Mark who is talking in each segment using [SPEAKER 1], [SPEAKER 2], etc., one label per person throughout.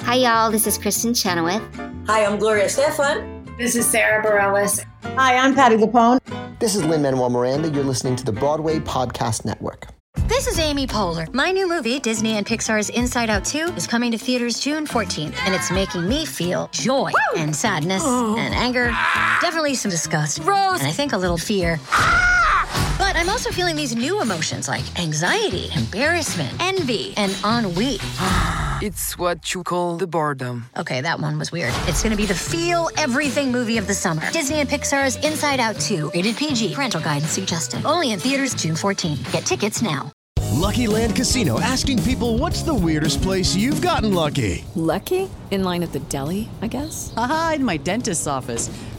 [SPEAKER 1] Hi, y'all. This is Kristen Chenoweth.
[SPEAKER 2] Hi, I'm Gloria Stefan.
[SPEAKER 3] This is Sarah Bareilles.
[SPEAKER 4] Hi, I'm Patty Lapone.
[SPEAKER 5] This is Lynn Manuel Miranda. You're listening to the Broadway Podcast Network.
[SPEAKER 6] This is Amy Poehler. My new movie, Disney and Pixar's Inside Out 2, is coming to theaters June 14th, and it's making me feel joy and sadness and anger, definitely some disgust, rose, and I think a little fear. But I'm also feeling these new emotions like anxiety, embarrassment, envy, and ennui.
[SPEAKER 7] It's what you call the boredom.
[SPEAKER 6] Okay, that one was weird. It's going to be the feel everything movie of the summer. Disney and Pixar's Inside Out 2, rated PG, parental guidance suggested. Only in theaters June 14th. Get tickets now.
[SPEAKER 8] Lucky Land Casino asking people what's the weirdest place you've gotten lucky?
[SPEAKER 9] Lucky? In line at the deli, I guess?
[SPEAKER 10] Aha, in my dentist's office.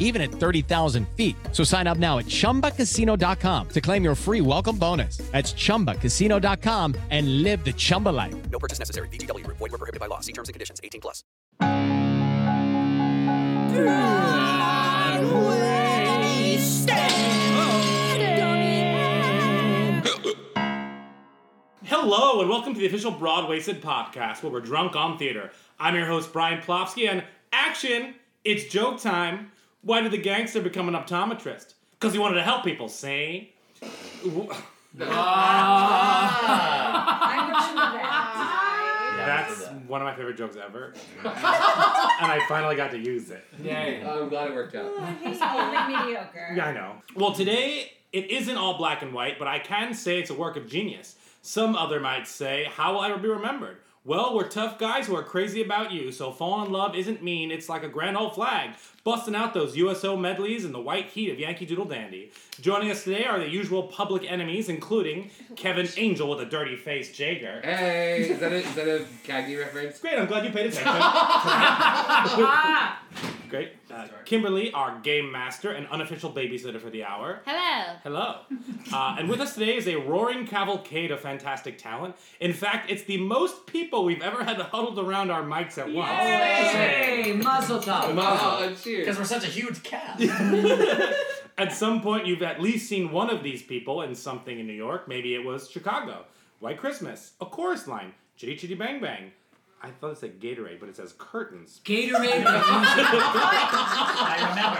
[SPEAKER 11] even at 30,000 feet. So sign up now at ChumbaCasino.com to claim your free welcome bonus. That's ChumbaCasino.com and live the Chumba life.
[SPEAKER 12] No purchase necessary. BGW. Void were prohibited by law. See terms and conditions. 18 plus.
[SPEAKER 13] Hello, and welcome to the official Broadwasted podcast, where we're drunk on theater. I'm your host, Brian Plofsky, and action! It's joke time. Why did the gangster become an optometrist? Because he wanted to help people, see? W- That's one of my favorite jokes ever. and I finally got to use it.
[SPEAKER 14] Yay. Oh, I'm glad it worked out.
[SPEAKER 13] mediocre. Yeah, I know. Well, today it isn't all black and white, but I can say it's a work of genius. Some other might say, How will I be remembered? Well, we're tough guys who are crazy about you, so falling in love isn't mean, it's like a grand old flag, busting out those USO medleys in the white heat of Yankee Doodle Dandy. Joining us today are the usual public enemies, including Kevin Angel with a dirty face, Jager.
[SPEAKER 14] Hey, is that a, is that a Cagney reference?
[SPEAKER 13] Great, I'm glad you paid attention. Great. Uh, Kimberly, our game master and unofficial babysitter for the hour.
[SPEAKER 15] Hello.
[SPEAKER 13] Hello. Uh, and with us today is a roaring cavalcade of fantastic talent. In fact, it's the most people we've ever had huddled around our mics at once.
[SPEAKER 2] Yay! Muzzle top.
[SPEAKER 4] Oh,
[SPEAKER 14] Muzzle, cheers.
[SPEAKER 2] Because we're such a huge cast.
[SPEAKER 13] At some point, you've at least seen one of these people in something in New York. Maybe it was Chicago, White Christmas, A Chorus Line, Chitty Chitty Bang Bang. I thought it said Gatorade, but it says curtains.
[SPEAKER 2] Gatorade the musical. I remember.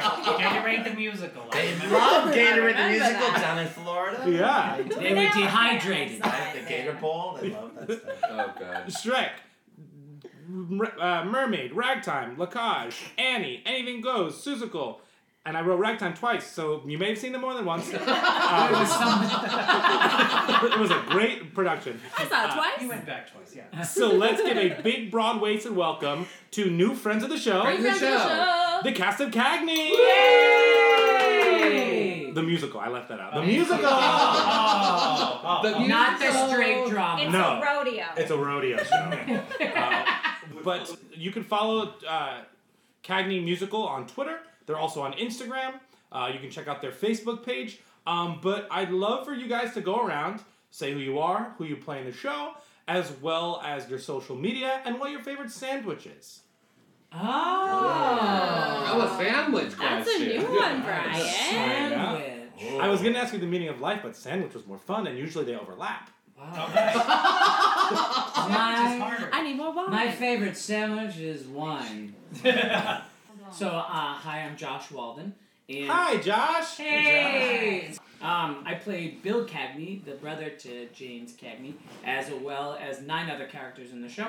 [SPEAKER 2] Gatorade the musical. I remember.
[SPEAKER 14] love Gatorade the
[SPEAKER 2] I remember
[SPEAKER 14] musical
[SPEAKER 2] that.
[SPEAKER 14] down in Florida.
[SPEAKER 13] Yeah.
[SPEAKER 2] They were dehydrated.
[SPEAKER 14] The Gator Bowl. I love that stuff. Oh god.
[SPEAKER 13] Shrek, Mer- uh, Mermaid, Ragtime, Lacage, Annie, Anything Goes, Suzical. And I wrote Ragtime twice, so you may have seen them more than once. Um,
[SPEAKER 2] Uh,
[SPEAKER 13] it was a great production. Uh,
[SPEAKER 15] I saw it twice. You
[SPEAKER 2] went back twice, yeah.
[SPEAKER 13] So let's give a big broad waist and welcome to new friends of the show,
[SPEAKER 14] Friends of the show.
[SPEAKER 13] the cast of Cagney. The musical, I left that out. The musical!
[SPEAKER 14] Oh, The
[SPEAKER 2] Not
[SPEAKER 14] musical.
[SPEAKER 2] the straight drama.
[SPEAKER 15] It's
[SPEAKER 13] No.
[SPEAKER 15] a rodeo.
[SPEAKER 13] It's a rodeo show. Uh, but you can follow uh, Cagney Musical on Twitter. They're also on Instagram. Uh, you can check out their Facebook page. Um, but I'd love for you guys to go around, say who you are, who you play in the show, as well as your social media and what your favorite sandwich is.
[SPEAKER 14] Oh, a sandwich question.
[SPEAKER 15] That's a new one, Brian.
[SPEAKER 13] I was going to ask you the meaning of life, but sandwich was more fun, and usually they overlap.
[SPEAKER 2] My,
[SPEAKER 15] I need more wine.
[SPEAKER 2] my favorite sandwich is wine. so, uh, hi, I'm Josh Walden. And
[SPEAKER 13] Hi, Josh!
[SPEAKER 2] Hey! Um, I played Bill Cagney, the brother to James Cagney, as well as nine other characters in the show.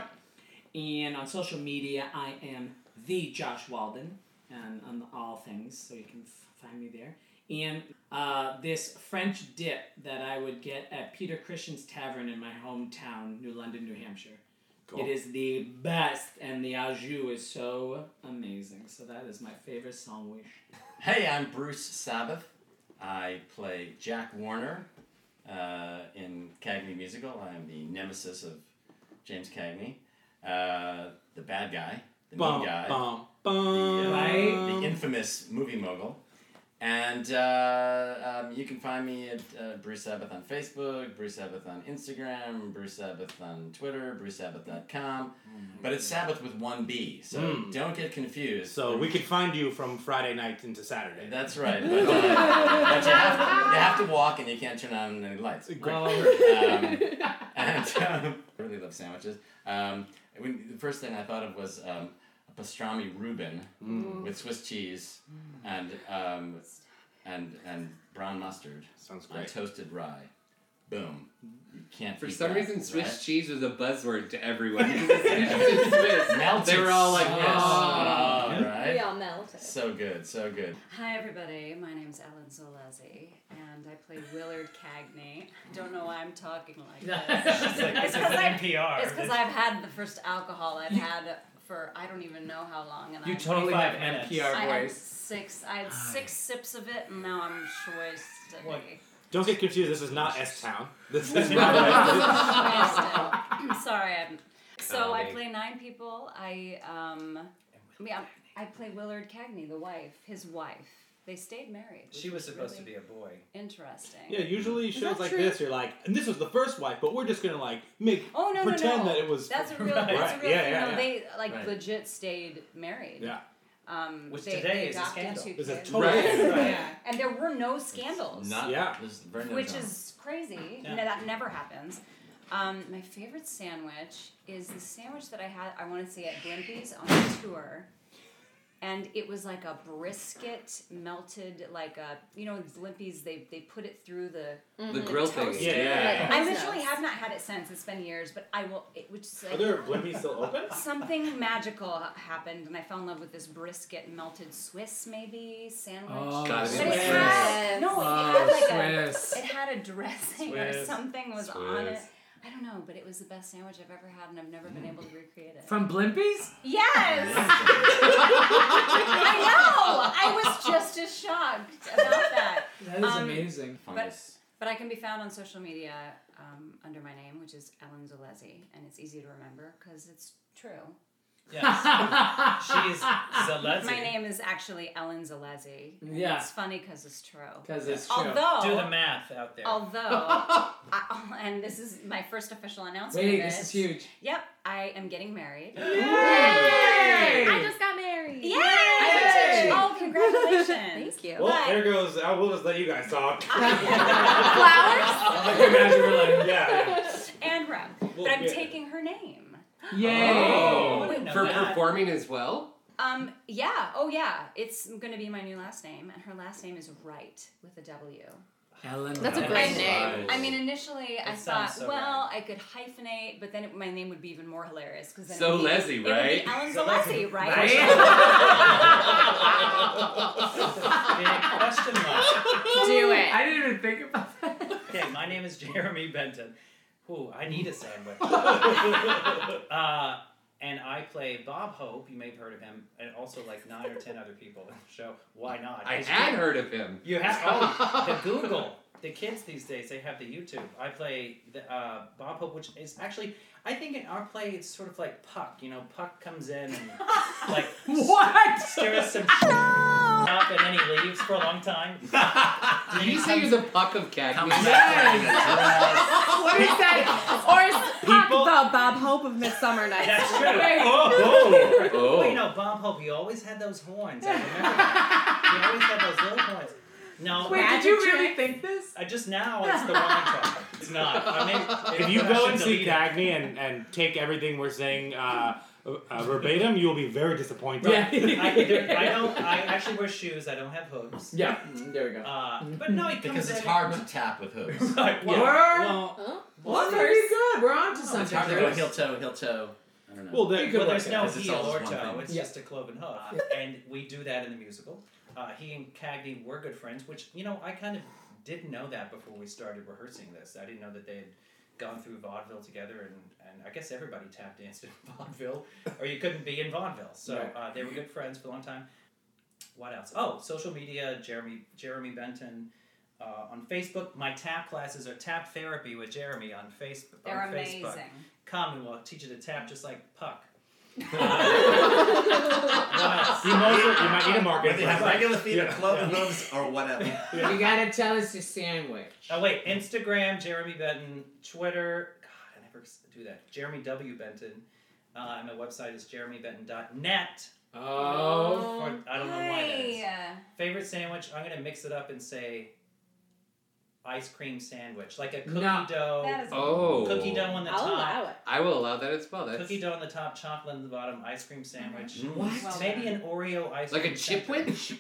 [SPEAKER 2] And on social media, I am the Josh Walden um, on all things, so you can f- find me there. And uh, this French dip that I would get at Peter Christian's Tavern in my hometown, New London, New Hampshire. It is the best, and the au jus is so amazing. So that is my favorite sandwich.
[SPEAKER 4] Hey, I'm Bruce Sabbath. I play Jack Warner uh, in Cagney Musical. I'm the nemesis of James Cagney, uh, the bad guy, the
[SPEAKER 13] Bum,
[SPEAKER 4] mean guy,
[SPEAKER 13] bum,
[SPEAKER 4] the, uh,
[SPEAKER 13] Right?
[SPEAKER 4] the infamous movie mogul. And uh, um, you can find me at uh, Bruce Sabbath on Facebook, Bruce Sabbath on Instagram, Bruce Sabbath on Twitter, BruceSabbath.com. But it's Sabbath with one B, so
[SPEAKER 13] Mm.
[SPEAKER 4] don't get confused.
[SPEAKER 13] So we could find you from Friday night into Saturday.
[SPEAKER 4] That's right. But, uh, but you, have, you have to walk and you can't turn on any lights. Great. Um, and um, I really love sandwiches. Um, I mean, the first thing I thought of was um, a pastrami Reuben
[SPEAKER 13] Mm.
[SPEAKER 4] with Swiss cheese and um, and and brown mustard Sounds on
[SPEAKER 14] great.
[SPEAKER 4] toasted rye. Boom. You can't
[SPEAKER 14] For
[SPEAKER 4] beat
[SPEAKER 14] some
[SPEAKER 4] that,
[SPEAKER 14] reason, Swiss
[SPEAKER 4] right?
[SPEAKER 14] cheese was a buzzword to everyone. Because as soon as you said Swiss,
[SPEAKER 4] Melted
[SPEAKER 14] they were all like,
[SPEAKER 4] so
[SPEAKER 14] "Oh,
[SPEAKER 4] well, Um, right?
[SPEAKER 16] We all melted.
[SPEAKER 4] So good, so good.
[SPEAKER 16] Hi, everybody. My name's Ellen Zolazzi, and I play Willard Cagney. I don't know why I'm talking like this.
[SPEAKER 17] She's like, this is
[SPEAKER 16] I've-
[SPEAKER 17] NPR.
[SPEAKER 16] It's because I've had the first alcohol I've had for I don't even know how long. And
[SPEAKER 17] You
[SPEAKER 16] I,
[SPEAKER 17] totally have an NPR
[SPEAKER 16] I had
[SPEAKER 17] voice.
[SPEAKER 16] six. I had six sips of it, and now I'm wasted.
[SPEAKER 13] Don't get confused. This is not S Town. This is
[SPEAKER 16] I'm sorry. I'm, so I
[SPEAKER 13] Comedy.
[SPEAKER 16] play nine people. I um, yeah, I play Willard Cagney, the wife, his wife. They stayed married.
[SPEAKER 17] She was supposed to be a boy.
[SPEAKER 16] be interesting.
[SPEAKER 13] Yeah, usually
[SPEAKER 16] Is
[SPEAKER 13] shows
[SPEAKER 16] that
[SPEAKER 13] like
[SPEAKER 16] true?
[SPEAKER 13] this, you're like, and this was the first wife, but we're just gonna like make
[SPEAKER 16] Oh no,
[SPEAKER 13] pretend
[SPEAKER 16] no, no.
[SPEAKER 13] that it was.
[SPEAKER 16] That's a real. That's a
[SPEAKER 13] Right,
[SPEAKER 16] real
[SPEAKER 13] yeah,
[SPEAKER 16] thing.
[SPEAKER 13] yeah,
[SPEAKER 16] no,
[SPEAKER 13] yeah.
[SPEAKER 16] they like
[SPEAKER 13] Right.
[SPEAKER 16] legit stayed married.
[SPEAKER 13] Yeah.
[SPEAKER 16] Um,
[SPEAKER 17] Which
[SPEAKER 16] they,
[SPEAKER 17] today
[SPEAKER 16] they
[SPEAKER 17] is a
[SPEAKER 16] adopted
[SPEAKER 17] scandal.
[SPEAKER 16] two
[SPEAKER 13] It's
[SPEAKER 16] kids.
[SPEAKER 13] a total- Right, right.
[SPEAKER 16] Yeah. And there were no scandals.
[SPEAKER 4] Not,
[SPEAKER 13] Yeah.
[SPEAKER 4] This very no
[SPEAKER 16] which
[SPEAKER 4] drama.
[SPEAKER 16] is crazy.
[SPEAKER 4] Yeah.
[SPEAKER 16] No, that never happens. Um, my favorite sandwich is the sandwich that I had. I want to say at Wimpy's on a tour, and it was like a brisket melted, like a you know Wimpy's they they put it through the
[SPEAKER 14] Mhm. The grill thing,
[SPEAKER 16] toast.
[SPEAKER 14] yeah. Yeah.
[SPEAKER 16] I literally have not had it since. It's been years, but I will. It, which is like,
[SPEAKER 13] Are there Wimpy's still open?
[SPEAKER 16] Something magical ha- happened, and I fell in love with this brisket melted Swiss maybe sandwich.
[SPEAKER 14] Oh, Gotta be
[SPEAKER 16] but it
[SPEAKER 14] Swiss.
[SPEAKER 16] had no, it,
[SPEAKER 14] Oh,
[SPEAKER 16] it had like
[SPEAKER 14] Swiss.
[SPEAKER 16] a it had a dressing or
[SPEAKER 14] Swiss.
[SPEAKER 16] something was on it.
[SPEAKER 14] Swiss.
[SPEAKER 16] I don't know, but it was the best sandwich I've ever had, and I've never been able to recreate it.
[SPEAKER 2] From Blimpies?
[SPEAKER 16] Yes. I know. I was just as shocked about that.
[SPEAKER 2] That is
[SPEAKER 16] Um,
[SPEAKER 2] amazing.
[SPEAKER 16] But, but I can be found on social media um, under my name, which is Ellen Zalezzi, and it's easy to remember because it's true.
[SPEAKER 17] Yes. She is Zalezzi.
[SPEAKER 16] My name is actually Ellen Zalezzi. and
[SPEAKER 17] Yeah.
[SPEAKER 16] It's funny because it's true.
[SPEAKER 17] 'Cause it's true.
[SPEAKER 16] although,
[SPEAKER 17] Do the math out there.
[SPEAKER 16] Although, I, oh, and this is my first official announcement.
[SPEAKER 17] Wait,
[SPEAKER 16] of
[SPEAKER 17] this
[SPEAKER 16] it.
[SPEAKER 17] is huge.
[SPEAKER 16] Yep, I am getting married.
[SPEAKER 15] Yay! I just got married.
[SPEAKER 16] Yay!
[SPEAKER 15] Yay!
[SPEAKER 16] Oh, congratulations. Thank you.
[SPEAKER 13] Well, there goes. I will just let you guys talk.
[SPEAKER 17] Oh
[SPEAKER 16] Flowers?
[SPEAKER 13] I can imagine we're like, yeah.
[SPEAKER 16] and Rob. But
[SPEAKER 14] Well,
[SPEAKER 16] I'm
[SPEAKER 14] yeah.
[SPEAKER 16] taking her name.
[SPEAKER 14] Oh.
[SPEAKER 16] Wait,
[SPEAKER 14] For
[SPEAKER 16] what?
[SPEAKER 14] performing as well?
[SPEAKER 16] Um, yeah, oh yeah. It's gonna be my new last name, and her last name is Wright with a W.
[SPEAKER 2] Ellen.
[SPEAKER 15] That's a
[SPEAKER 2] Rice.
[SPEAKER 15] great name.
[SPEAKER 16] I mean, initially I
[SPEAKER 15] That
[SPEAKER 16] thought,
[SPEAKER 15] sounds so
[SPEAKER 16] well, I could hyphenate, but then it, my name would be even more hilarious because then
[SPEAKER 14] So
[SPEAKER 16] it would be-
[SPEAKER 14] Leslie,
[SPEAKER 16] it would be
[SPEAKER 14] right?
[SPEAKER 16] Ellen
[SPEAKER 14] So Leslie.
[SPEAKER 16] Zalesi, right?
[SPEAKER 17] Question mark.
[SPEAKER 15] Do it.
[SPEAKER 17] I didn't even think about that. Okay, my name is Jeremy Benton. Ooh, I need a sandwich. uh, and I play Bob Hope. You may have heard of him, and also like nine or ten other people in the show. Why not?
[SPEAKER 14] I
[SPEAKER 17] 'Cause
[SPEAKER 14] had
[SPEAKER 17] you-
[SPEAKER 14] heard of him.
[SPEAKER 17] You have oh, the Google. The kids these days they have the YouTube. I play the uh, Bob Hope, which is actually I think in our play it's sort of like Puck. You know, Puck comes in and like what stirs some shit up, and then he leaves for a long time.
[SPEAKER 14] Did you say you're the puck of Cagney?
[SPEAKER 15] what is that? Or is Puck the Bob Hope of Midsummer Nights?
[SPEAKER 17] That's true.
[SPEAKER 15] Wait.
[SPEAKER 17] Oh,
[SPEAKER 14] oh.
[SPEAKER 17] Wait, no, Bob Hope. He always had those horns. I remember. that. he always had those little horns. No,
[SPEAKER 15] Wait, did
[SPEAKER 17] Magic
[SPEAKER 15] you
[SPEAKER 17] Trick-
[SPEAKER 15] really think this?
[SPEAKER 17] I just now it's the one I talk. It's not. I mean,
[SPEAKER 13] If
[SPEAKER 17] maybe
[SPEAKER 13] you
[SPEAKER 17] I
[SPEAKER 13] go
[SPEAKER 17] should
[SPEAKER 13] and see
[SPEAKER 17] delete it.
[SPEAKER 13] Cagney and, and take everything we're saying uh, uh, verbatim, you'll be very disappointed.
[SPEAKER 17] Right. I, there, I don't. I actually wear shoes. I don't have hooves.
[SPEAKER 13] Yeah, Mm-hmm.
[SPEAKER 2] there we go.
[SPEAKER 17] Uh, but no, he comes
[SPEAKER 4] because
[SPEAKER 17] in
[SPEAKER 4] it's
[SPEAKER 17] and-
[SPEAKER 4] hard to tap with hooves.
[SPEAKER 17] Right, well,
[SPEAKER 2] Word.
[SPEAKER 17] well,
[SPEAKER 2] Well, very good. We're on to
[SPEAKER 4] It's hard
[SPEAKER 2] something.
[SPEAKER 4] to go heel toe, heel toe. I don't know.
[SPEAKER 17] Well, there, well there's no
[SPEAKER 4] Because it's
[SPEAKER 17] heel
[SPEAKER 4] all
[SPEAKER 17] or
[SPEAKER 4] just one
[SPEAKER 17] toe.
[SPEAKER 4] thing. Ah.
[SPEAKER 17] It's just a cloven hoof, and we do that in the musical. Uh, he and Cagney were good friends, which you know I kind of didn't know that before we started rehearsing this. I didn't know that they had gone through vaudeville together, and, and I guess everybody tap danced in vaudeville, or you couldn't be in vaudeville. So
[SPEAKER 13] Right.
[SPEAKER 17] uh, they were good friends for a long time. What else? Oh, social media. Jeremy Jeremy Benton. Uh, on Facebook, my tap classes are tap therapy with Jeremy on Facebook.
[SPEAKER 16] They're
[SPEAKER 17] on Facebook.
[SPEAKER 16] amazing.
[SPEAKER 17] Come, we'll teach you to tap just like Puck.
[SPEAKER 13] You might- you might need a market.
[SPEAKER 17] Whether you have regular feet or
[SPEAKER 13] Yeah.
[SPEAKER 17] clove
[SPEAKER 13] Yeah.
[SPEAKER 17] gloves or whatever.
[SPEAKER 2] You gotta tell us your sandwich.
[SPEAKER 17] Oh wait, Instagram Jeremy Benton, Twitter. God, I never s- do that. Jeremy W Benton. Uh, and my website is jeremybenton.net.
[SPEAKER 2] Oh.
[SPEAKER 17] For- I don't know why that is.
[SPEAKER 16] Hey.
[SPEAKER 17] Favorite sandwich? I'm gonna mix it up and say ice cream sandwich, like a cookie
[SPEAKER 14] No.
[SPEAKER 17] dough.
[SPEAKER 14] That is- Oh.
[SPEAKER 17] cookie dough on the
[SPEAKER 14] I'll
[SPEAKER 17] top.
[SPEAKER 14] allow it. I will allow that as well. That's-
[SPEAKER 17] Cookie dough on the top, chocolate on the bottom, ice cream sandwich.
[SPEAKER 14] Mhm. What? Well
[SPEAKER 17] Maybe an Oreo ice
[SPEAKER 14] Like a
[SPEAKER 17] cream.
[SPEAKER 14] chipwich?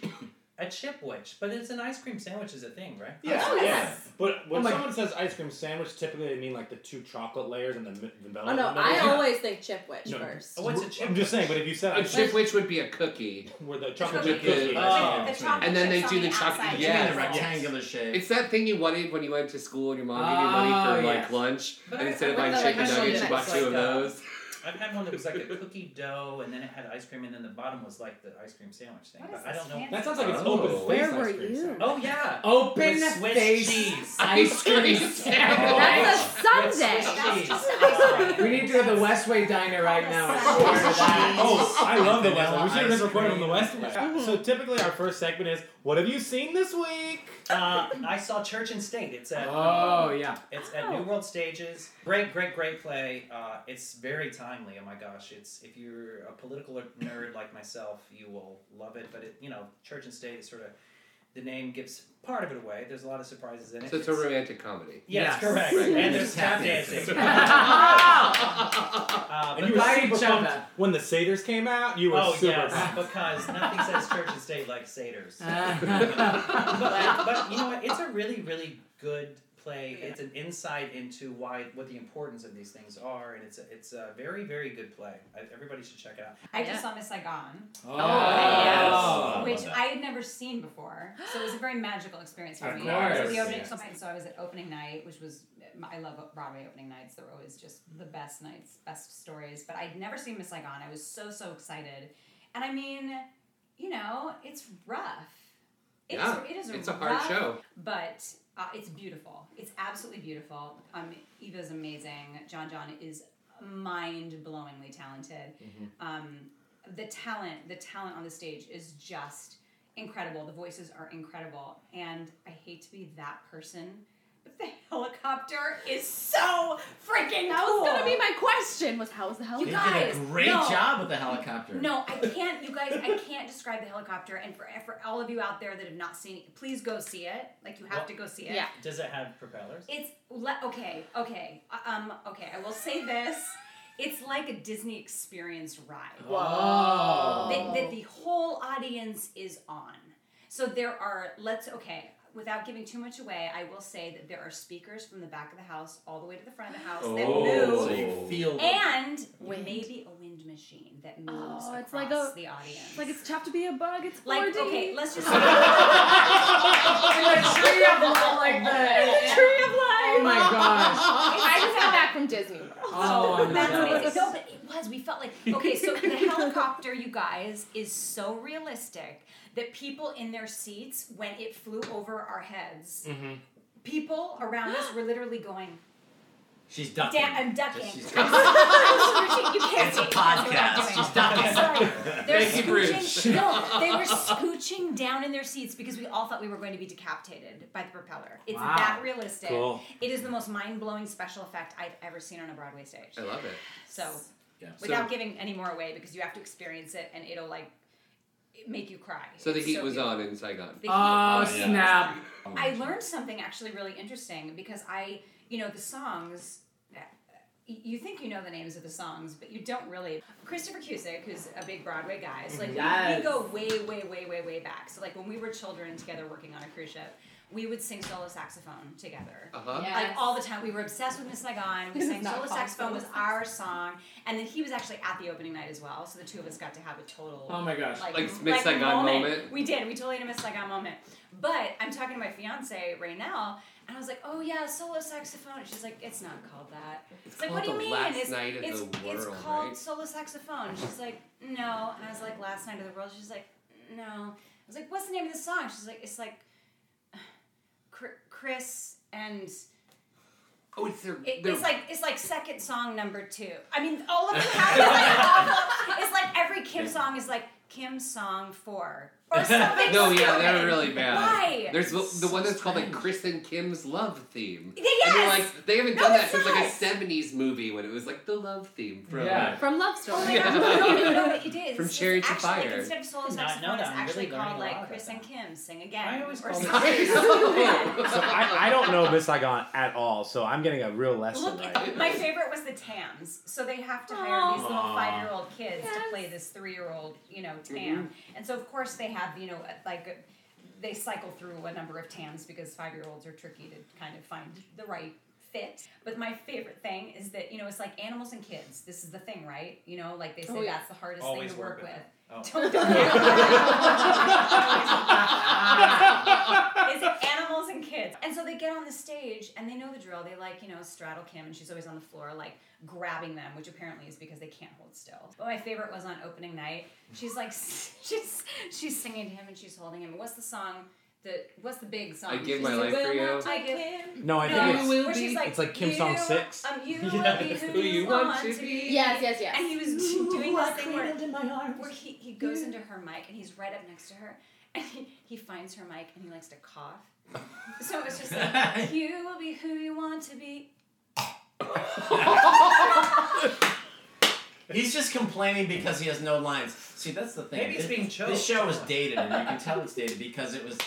[SPEAKER 17] a chipwich, but it's an ice cream sandwich is a thing, right?
[SPEAKER 13] Yeah,
[SPEAKER 17] Oh,
[SPEAKER 13] yeah. But when
[SPEAKER 17] Oh my-
[SPEAKER 13] someone says ice cream sandwich, typically they mean like the two chocolate layers and the mi- the
[SPEAKER 15] Oh
[SPEAKER 13] vanilla.
[SPEAKER 15] no,
[SPEAKER 13] middle.
[SPEAKER 15] I
[SPEAKER 13] Yeah.
[SPEAKER 15] always think Chipwich
[SPEAKER 13] No.
[SPEAKER 15] first.
[SPEAKER 13] I'm just saying, but if you said
[SPEAKER 14] A chipwich would be a cookie.
[SPEAKER 13] Where the
[SPEAKER 14] chocolate
[SPEAKER 13] Chocolate
[SPEAKER 14] chip cookie.
[SPEAKER 13] cookie. Oh. The chocolate
[SPEAKER 14] and then they
[SPEAKER 13] chips
[SPEAKER 14] do
[SPEAKER 13] on
[SPEAKER 14] the
[SPEAKER 13] the
[SPEAKER 14] chocolate.
[SPEAKER 13] outside.
[SPEAKER 14] Yeah,
[SPEAKER 13] You mean the rectangular
[SPEAKER 4] shape.
[SPEAKER 14] It's that thing you wanted when you went to school and your mom gave you money for
[SPEAKER 17] Oh,
[SPEAKER 14] like
[SPEAKER 17] yes.
[SPEAKER 14] lunch,
[SPEAKER 17] But
[SPEAKER 14] and
[SPEAKER 17] I-
[SPEAKER 14] instead
[SPEAKER 17] I
[SPEAKER 14] of
[SPEAKER 17] wouldn't
[SPEAKER 14] buying
[SPEAKER 17] know, like,
[SPEAKER 14] chicken
[SPEAKER 17] I
[SPEAKER 14] nuggets, you
[SPEAKER 17] shouldn't.
[SPEAKER 14] bought
[SPEAKER 17] It's
[SPEAKER 14] two of
[SPEAKER 17] like, uh,
[SPEAKER 14] those.
[SPEAKER 17] I've had one that was like a cookie dough, and then it had ice cream, and then the bottom was like the ice cream sandwich thing.
[SPEAKER 13] What
[SPEAKER 17] but
[SPEAKER 13] is
[SPEAKER 17] I
[SPEAKER 13] this
[SPEAKER 17] don't know.
[SPEAKER 13] fancy That sounds like it's Oh. open face Where ice were cream you? sandwich.
[SPEAKER 17] Oh yeah,
[SPEAKER 13] Open
[SPEAKER 17] With Swiss
[SPEAKER 13] face
[SPEAKER 17] cheese
[SPEAKER 13] ice cream sandwich.
[SPEAKER 15] That's a
[SPEAKER 17] With
[SPEAKER 15] Sunday.
[SPEAKER 17] Swiss
[SPEAKER 15] That's
[SPEAKER 17] cheese.
[SPEAKER 15] just-
[SPEAKER 2] We need to go to the Westway Diner right now and order that.
[SPEAKER 13] oh, I love the West. Wing. We should
[SPEAKER 2] ice
[SPEAKER 13] have recorded on the
[SPEAKER 2] cream.
[SPEAKER 13] West. Wing. So typically, our first segment is what have you seen this week?
[SPEAKER 17] Uh, I saw Church and State. It's at
[SPEAKER 13] Oh,
[SPEAKER 17] um,
[SPEAKER 13] yeah.
[SPEAKER 17] It's at New World Stages. Great, great, great play. Uh, it's very timely. Oh my gosh! It's if you're a political nerd like myself, you will love it. But it, you know, Church and State is sort of the name gives part of it away. There's a lot of surprises in it.
[SPEAKER 14] So it's a romantic comedy.
[SPEAKER 17] Yes,
[SPEAKER 14] Yes.
[SPEAKER 17] correct.
[SPEAKER 14] Right.
[SPEAKER 17] And there's tap
[SPEAKER 14] Tap
[SPEAKER 17] dancing.
[SPEAKER 14] dancing.
[SPEAKER 17] Uh,
[SPEAKER 13] and
[SPEAKER 17] but
[SPEAKER 13] you were
[SPEAKER 17] by
[SPEAKER 13] super
[SPEAKER 17] each
[SPEAKER 13] pumped
[SPEAKER 17] other.
[SPEAKER 13] when the satyrs came out. You were
[SPEAKER 17] oh
[SPEAKER 13] super
[SPEAKER 17] yes,
[SPEAKER 13] pumped.
[SPEAKER 17] because nothing says church and state like satyrs. but, but you know what? It's a really, really good play. It's an insight into why what the importance of these things are, and it's a, it's a very, very good play. I, everybody should check it out.
[SPEAKER 16] I just saw Miss Saigon.
[SPEAKER 17] Oh. Oh.
[SPEAKER 16] Which
[SPEAKER 17] Love that.
[SPEAKER 16] I had never seen before. So it was a very magical experience for
[SPEAKER 17] Of
[SPEAKER 16] me.
[SPEAKER 17] course.
[SPEAKER 16] It was the opening-
[SPEAKER 17] Yes.
[SPEAKER 16] So I was at opening night, which was, I love Broadway opening nights. They're always just the best nights, best stories. But I'd never seen Miss Saigon. I was so, so excited. And I mean, you know, it's rough. It is-
[SPEAKER 14] Yeah.
[SPEAKER 16] it is a
[SPEAKER 14] It's a hard
[SPEAKER 16] rough-
[SPEAKER 14] show.
[SPEAKER 16] But uh, it's beautiful. It's absolutely beautiful. Um, Eva's amazing. John John is mind-blowingly talented.
[SPEAKER 17] Mm-hmm.
[SPEAKER 18] Mm-hmm.
[SPEAKER 16] Um, the talent, the talent on the stage is just incredible. The voices are incredible, and I hate to be that person. but The helicopter is so freaking
[SPEAKER 15] That was gonna
[SPEAKER 16] cool.
[SPEAKER 15] be my question. Was how was the hell?
[SPEAKER 16] You
[SPEAKER 4] They
[SPEAKER 16] guys,
[SPEAKER 4] did a great
[SPEAKER 16] no.
[SPEAKER 4] job with the helicopter.
[SPEAKER 16] No, I can't. You guys, I can't describe the helicopter. And for for all of you out there that have not seen it, please go see it. Like you have
[SPEAKER 17] Well,
[SPEAKER 16] to go see it.
[SPEAKER 17] Does it have propellers?
[SPEAKER 16] It's le- okay, okay, uh, um, okay. I will say this: it's like a Disney Experience ride.
[SPEAKER 15] Whoa.
[SPEAKER 16] That, that the whole audience is on. So there are. Let's okay. Without giving too much away, I will say that there are speakers from the back of the house all the way to the front of the house that
[SPEAKER 4] Oh.
[SPEAKER 16] move.
[SPEAKER 4] So you feel the
[SPEAKER 16] and maybe a wind machine that moves
[SPEAKER 15] Oh,
[SPEAKER 16] across
[SPEAKER 15] it's like a
[SPEAKER 16] the audience.
[SPEAKER 15] Like it's tough to be a bug. It's 4D.
[SPEAKER 16] Like, okay, let's just-
[SPEAKER 15] like
[SPEAKER 2] tree of life, like the-
[SPEAKER 15] the tree of life.
[SPEAKER 2] Oh my gosh.
[SPEAKER 15] I just got back from Disney World.
[SPEAKER 2] Oh,
[SPEAKER 16] So that's
[SPEAKER 2] no.
[SPEAKER 16] amazing. No, but it was. We felt like okay. So the helicopter, you guys, is so realistic that people in their seats when it flew over our heads,
[SPEAKER 4] Mm-hmm.
[SPEAKER 16] people around us were literally going.
[SPEAKER 4] She's
[SPEAKER 16] Da-
[SPEAKER 4] ducking.
[SPEAKER 16] I'm ducking.
[SPEAKER 4] Just- she's
[SPEAKER 16] I'm
[SPEAKER 4] ducking.
[SPEAKER 16] scooching. You can't
[SPEAKER 4] It's a
[SPEAKER 16] see that's what I'm
[SPEAKER 4] podcast.
[SPEAKER 16] doing.
[SPEAKER 4] She's ducking.
[SPEAKER 16] I'm sorry. They're
[SPEAKER 4] Thank you, Bruce.
[SPEAKER 16] scooching. No, they were scooching down in their seats because we all thought we were going to be decapitated by the propeller. It's
[SPEAKER 14] Wow.
[SPEAKER 16] that realistic.
[SPEAKER 14] Cool.
[SPEAKER 16] It is the most mind-blowing special effect I've ever seen on a Broadway stage.
[SPEAKER 14] I love it.
[SPEAKER 16] So,
[SPEAKER 14] Yeah.
[SPEAKER 16] without
[SPEAKER 14] So-
[SPEAKER 16] giving any more away, because you have to experience it, and it'll like make you cry.
[SPEAKER 14] So the
[SPEAKER 16] It's
[SPEAKER 14] heat was
[SPEAKER 16] beautiful.
[SPEAKER 14] on in Saigon.
[SPEAKER 16] The heat
[SPEAKER 2] Oh,
[SPEAKER 16] was on.
[SPEAKER 2] snap.
[SPEAKER 16] I learned something actually really interesting because I, you know, the songs. y- You think you know the names of the songs, but you don't really. Christopher Cusick, who's a big Broadway guy, so like we,
[SPEAKER 2] Yes.
[SPEAKER 16] we go way, way, way, way, way back. So like when we were children together working on a cruise ship, we would sing solo saxophone together,
[SPEAKER 19] Uh-huh.
[SPEAKER 16] like
[SPEAKER 19] Yes.
[SPEAKER 16] all the time. We were obsessed with Miss Saigon. We
[SPEAKER 19] This is
[SPEAKER 16] sang
[SPEAKER 19] not
[SPEAKER 16] solo
[SPEAKER 19] possible.
[SPEAKER 16] saxophone was our song, and then he was actually at the opening night as well. So the two of us got to have a total
[SPEAKER 2] Oh my gosh.
[SPEAKER 16] like,
[SPEAKER 2] Like Miss Saigon moment?
[SPEAKER 16] We did. We totally had a Miss Saigon moment. But I'm talking to my fiance right now. And I was like, "Oh yeah, solo saxophone." And she's like, "It's not called that." It's, like, "What do you
[SPEAKER 19] called The
[SPEAKER 16] mean?
[SPEAKER 19] Last
[SPEAKER 16] it's
[SPEAKER 19] Night of
[SPEAKER 16] it's,
[SPEAKER 19] the
[SPEAKER 16] it's
[SPEAKER 19] World,
[SPEAKER 16] called
[SPEAKER 19] right?
[SPEAKER 16] solo saxophone." And she's like, "No." And I was like, "Last Night of the World." She's like, "No." I was like, "What's the name of the song?" She's like, "It's like Chr- Chris and."
[SPEAKER 19] Oh, it's their.
[SPEAKER 16] It,
[SPEAKER 19] their
[SPEAKER 16] it's like it's like second song number two. I mean, all of them have like awful. It's like every Kim song is like Kim song four or something.
[SPEAKER 19] no, yeah,
[SPEAKER 16] stupid.
[SPEAKER 19] they're really bad.
[SPEAKER 16] Why?
[SPEAKER 19] There's the, the one that's called like Chris and Kim's love theme.
[SPEAKER 16] Yeah,
[SPEAKER 19] And they're
[SPEAKER 16] yes!
[SPEAKER 19] like they haven't
[SPEAKER 16] No,
[SPEAKER 19] done that
[SPEAKER 16] it
[SPEAKER 19] since like a
[SPEAKER 16] sucks.
[SPEAKER 19] '70s movie when it was like the love theme from
[SPEAKER 17] Yeah.
[SPEAKER 19] from
[SPEAKER 16] Love Story.
[SPEAKER 19] Yeah.
[SPEAKER 16] Oh no, no, no, it is.
[SPEAKER 19] From
[SPEAKER 16] It's
[SPEAKER 19] Cherry to
[SPEAKER 16] actually,
[SPEAKER 19] Fire.
[SPEAKER 16] Instead of solo
[SPEAKER 17] Did not
[SPEAKER 16] saxophone,
[SPEAKER 17] know
[SPEAKER 16] it's
[SPEAKER 17] that. I'm
[SPEAKER 16] actually
[SPEAKER 17] really learning
[SPEAKER 16] called
[SPEAKER 17] a lot
[SPEAKER 16] like
[SPEAKER 17] about
[SPEAKER 16] Chris and Kim sing again.
[SPEAKER 17] I always
[SPEAKER 16] or
[SPEAKER 17] call them-
[SPEAKER 16] something.
[SPEAKER 20] so I, I don't know Miss Saigon at all, so I'm getting a real lesson
[SPEAKER 16] Look,
[SPEAKER 20] right
[SPEAKER 16] my favorite was the Tams. So they have to hire these little
[SPEAKER 20] Aw.
[SPEAKER 16] five-year-old kids to play this three-year-old, you know,
[SPEAKER 17] Mm-hmm.
[SPEAKER 16] Tam.
[SPEAKER 20] Mhm.
[SPEAKER 16] And so of course they have, you know, like they cycle through a number of Tams because five-year-olds are tricky to kind of find the right fit. But my favorite thing is that you know it's like animals and kids. This is the thing, right? You know, like they say
[SPEAKER 17] Oh, yeah.
[SPEAKER 16] that's the hardest
[SPEAKER 17] Always
[SPEAKER 16] thing to work,
[SPEAKER 17] work with
[SPEAKER 16] with.
[SPEAKER 17] Oh.
[SPEAKER 16] Don't do it's animals and kids. And so they get on the stage and they know the drill. They like, you know, straddle Kim and she's always on the floor, like grabbing them, which apparently is because they can't hold still. But my favorite was on opening night. She's like, she's she's singing to him and she's holding him. What's the song? The what's the big song?
[SPEAKER 19] I Give
[SPEAKER 16] She's
[SPEAKER 19] My
[SPEAKER 16] like,
[SPEAKER 19] Life for
[SPEAKER 16] "Will
[SPEAKER 19] You."
[SPEAKER 16] not take it."
[SPEAKER 20] No, I think it's-
[SPEAKER 16] where
[SPEAKER 20] Will
[SPEAKER 16] she's
[SPEAKER 20] be-
[SPEAKER 16] like,
[SPEAKER 20] it's like Kim
[SPEAKER 16] "You,
[SPEAKER 20] Song six.
[SPEAKER 16] Um, you
[SPEAKER 20] Yes.
[SPEAKER 16] will be who,
[SPEAKER 20] Who you want to
[SPEAKER 16] be.
[SPEAKER 20] be.
[SPEAKER 15] Yes, yes, yes.
[SPEAKER 16] And he was
[SPEAKER 15] Ooh,
[SPEAKER 16] doing
[SPEAKER 15] I
[SPEAKER 16] this thing where,
[SPEAKER 15] cradled in my arms.
[SPEAKER 16] where he, he goes into her mic and he's right up next to her and he, he finds her mic and he likes to cough. So it's just like, you will be who you want to be.
[SPEAKER 4] He's just complaining because he has no lines. See, that's the thing.
[SPEAKER 17] Maybe he's
[SPEAKER 4] This-
[SPEAKER 17] being choked.
[SPEAKER 4] This show is dated, and you can tell it's dated because it was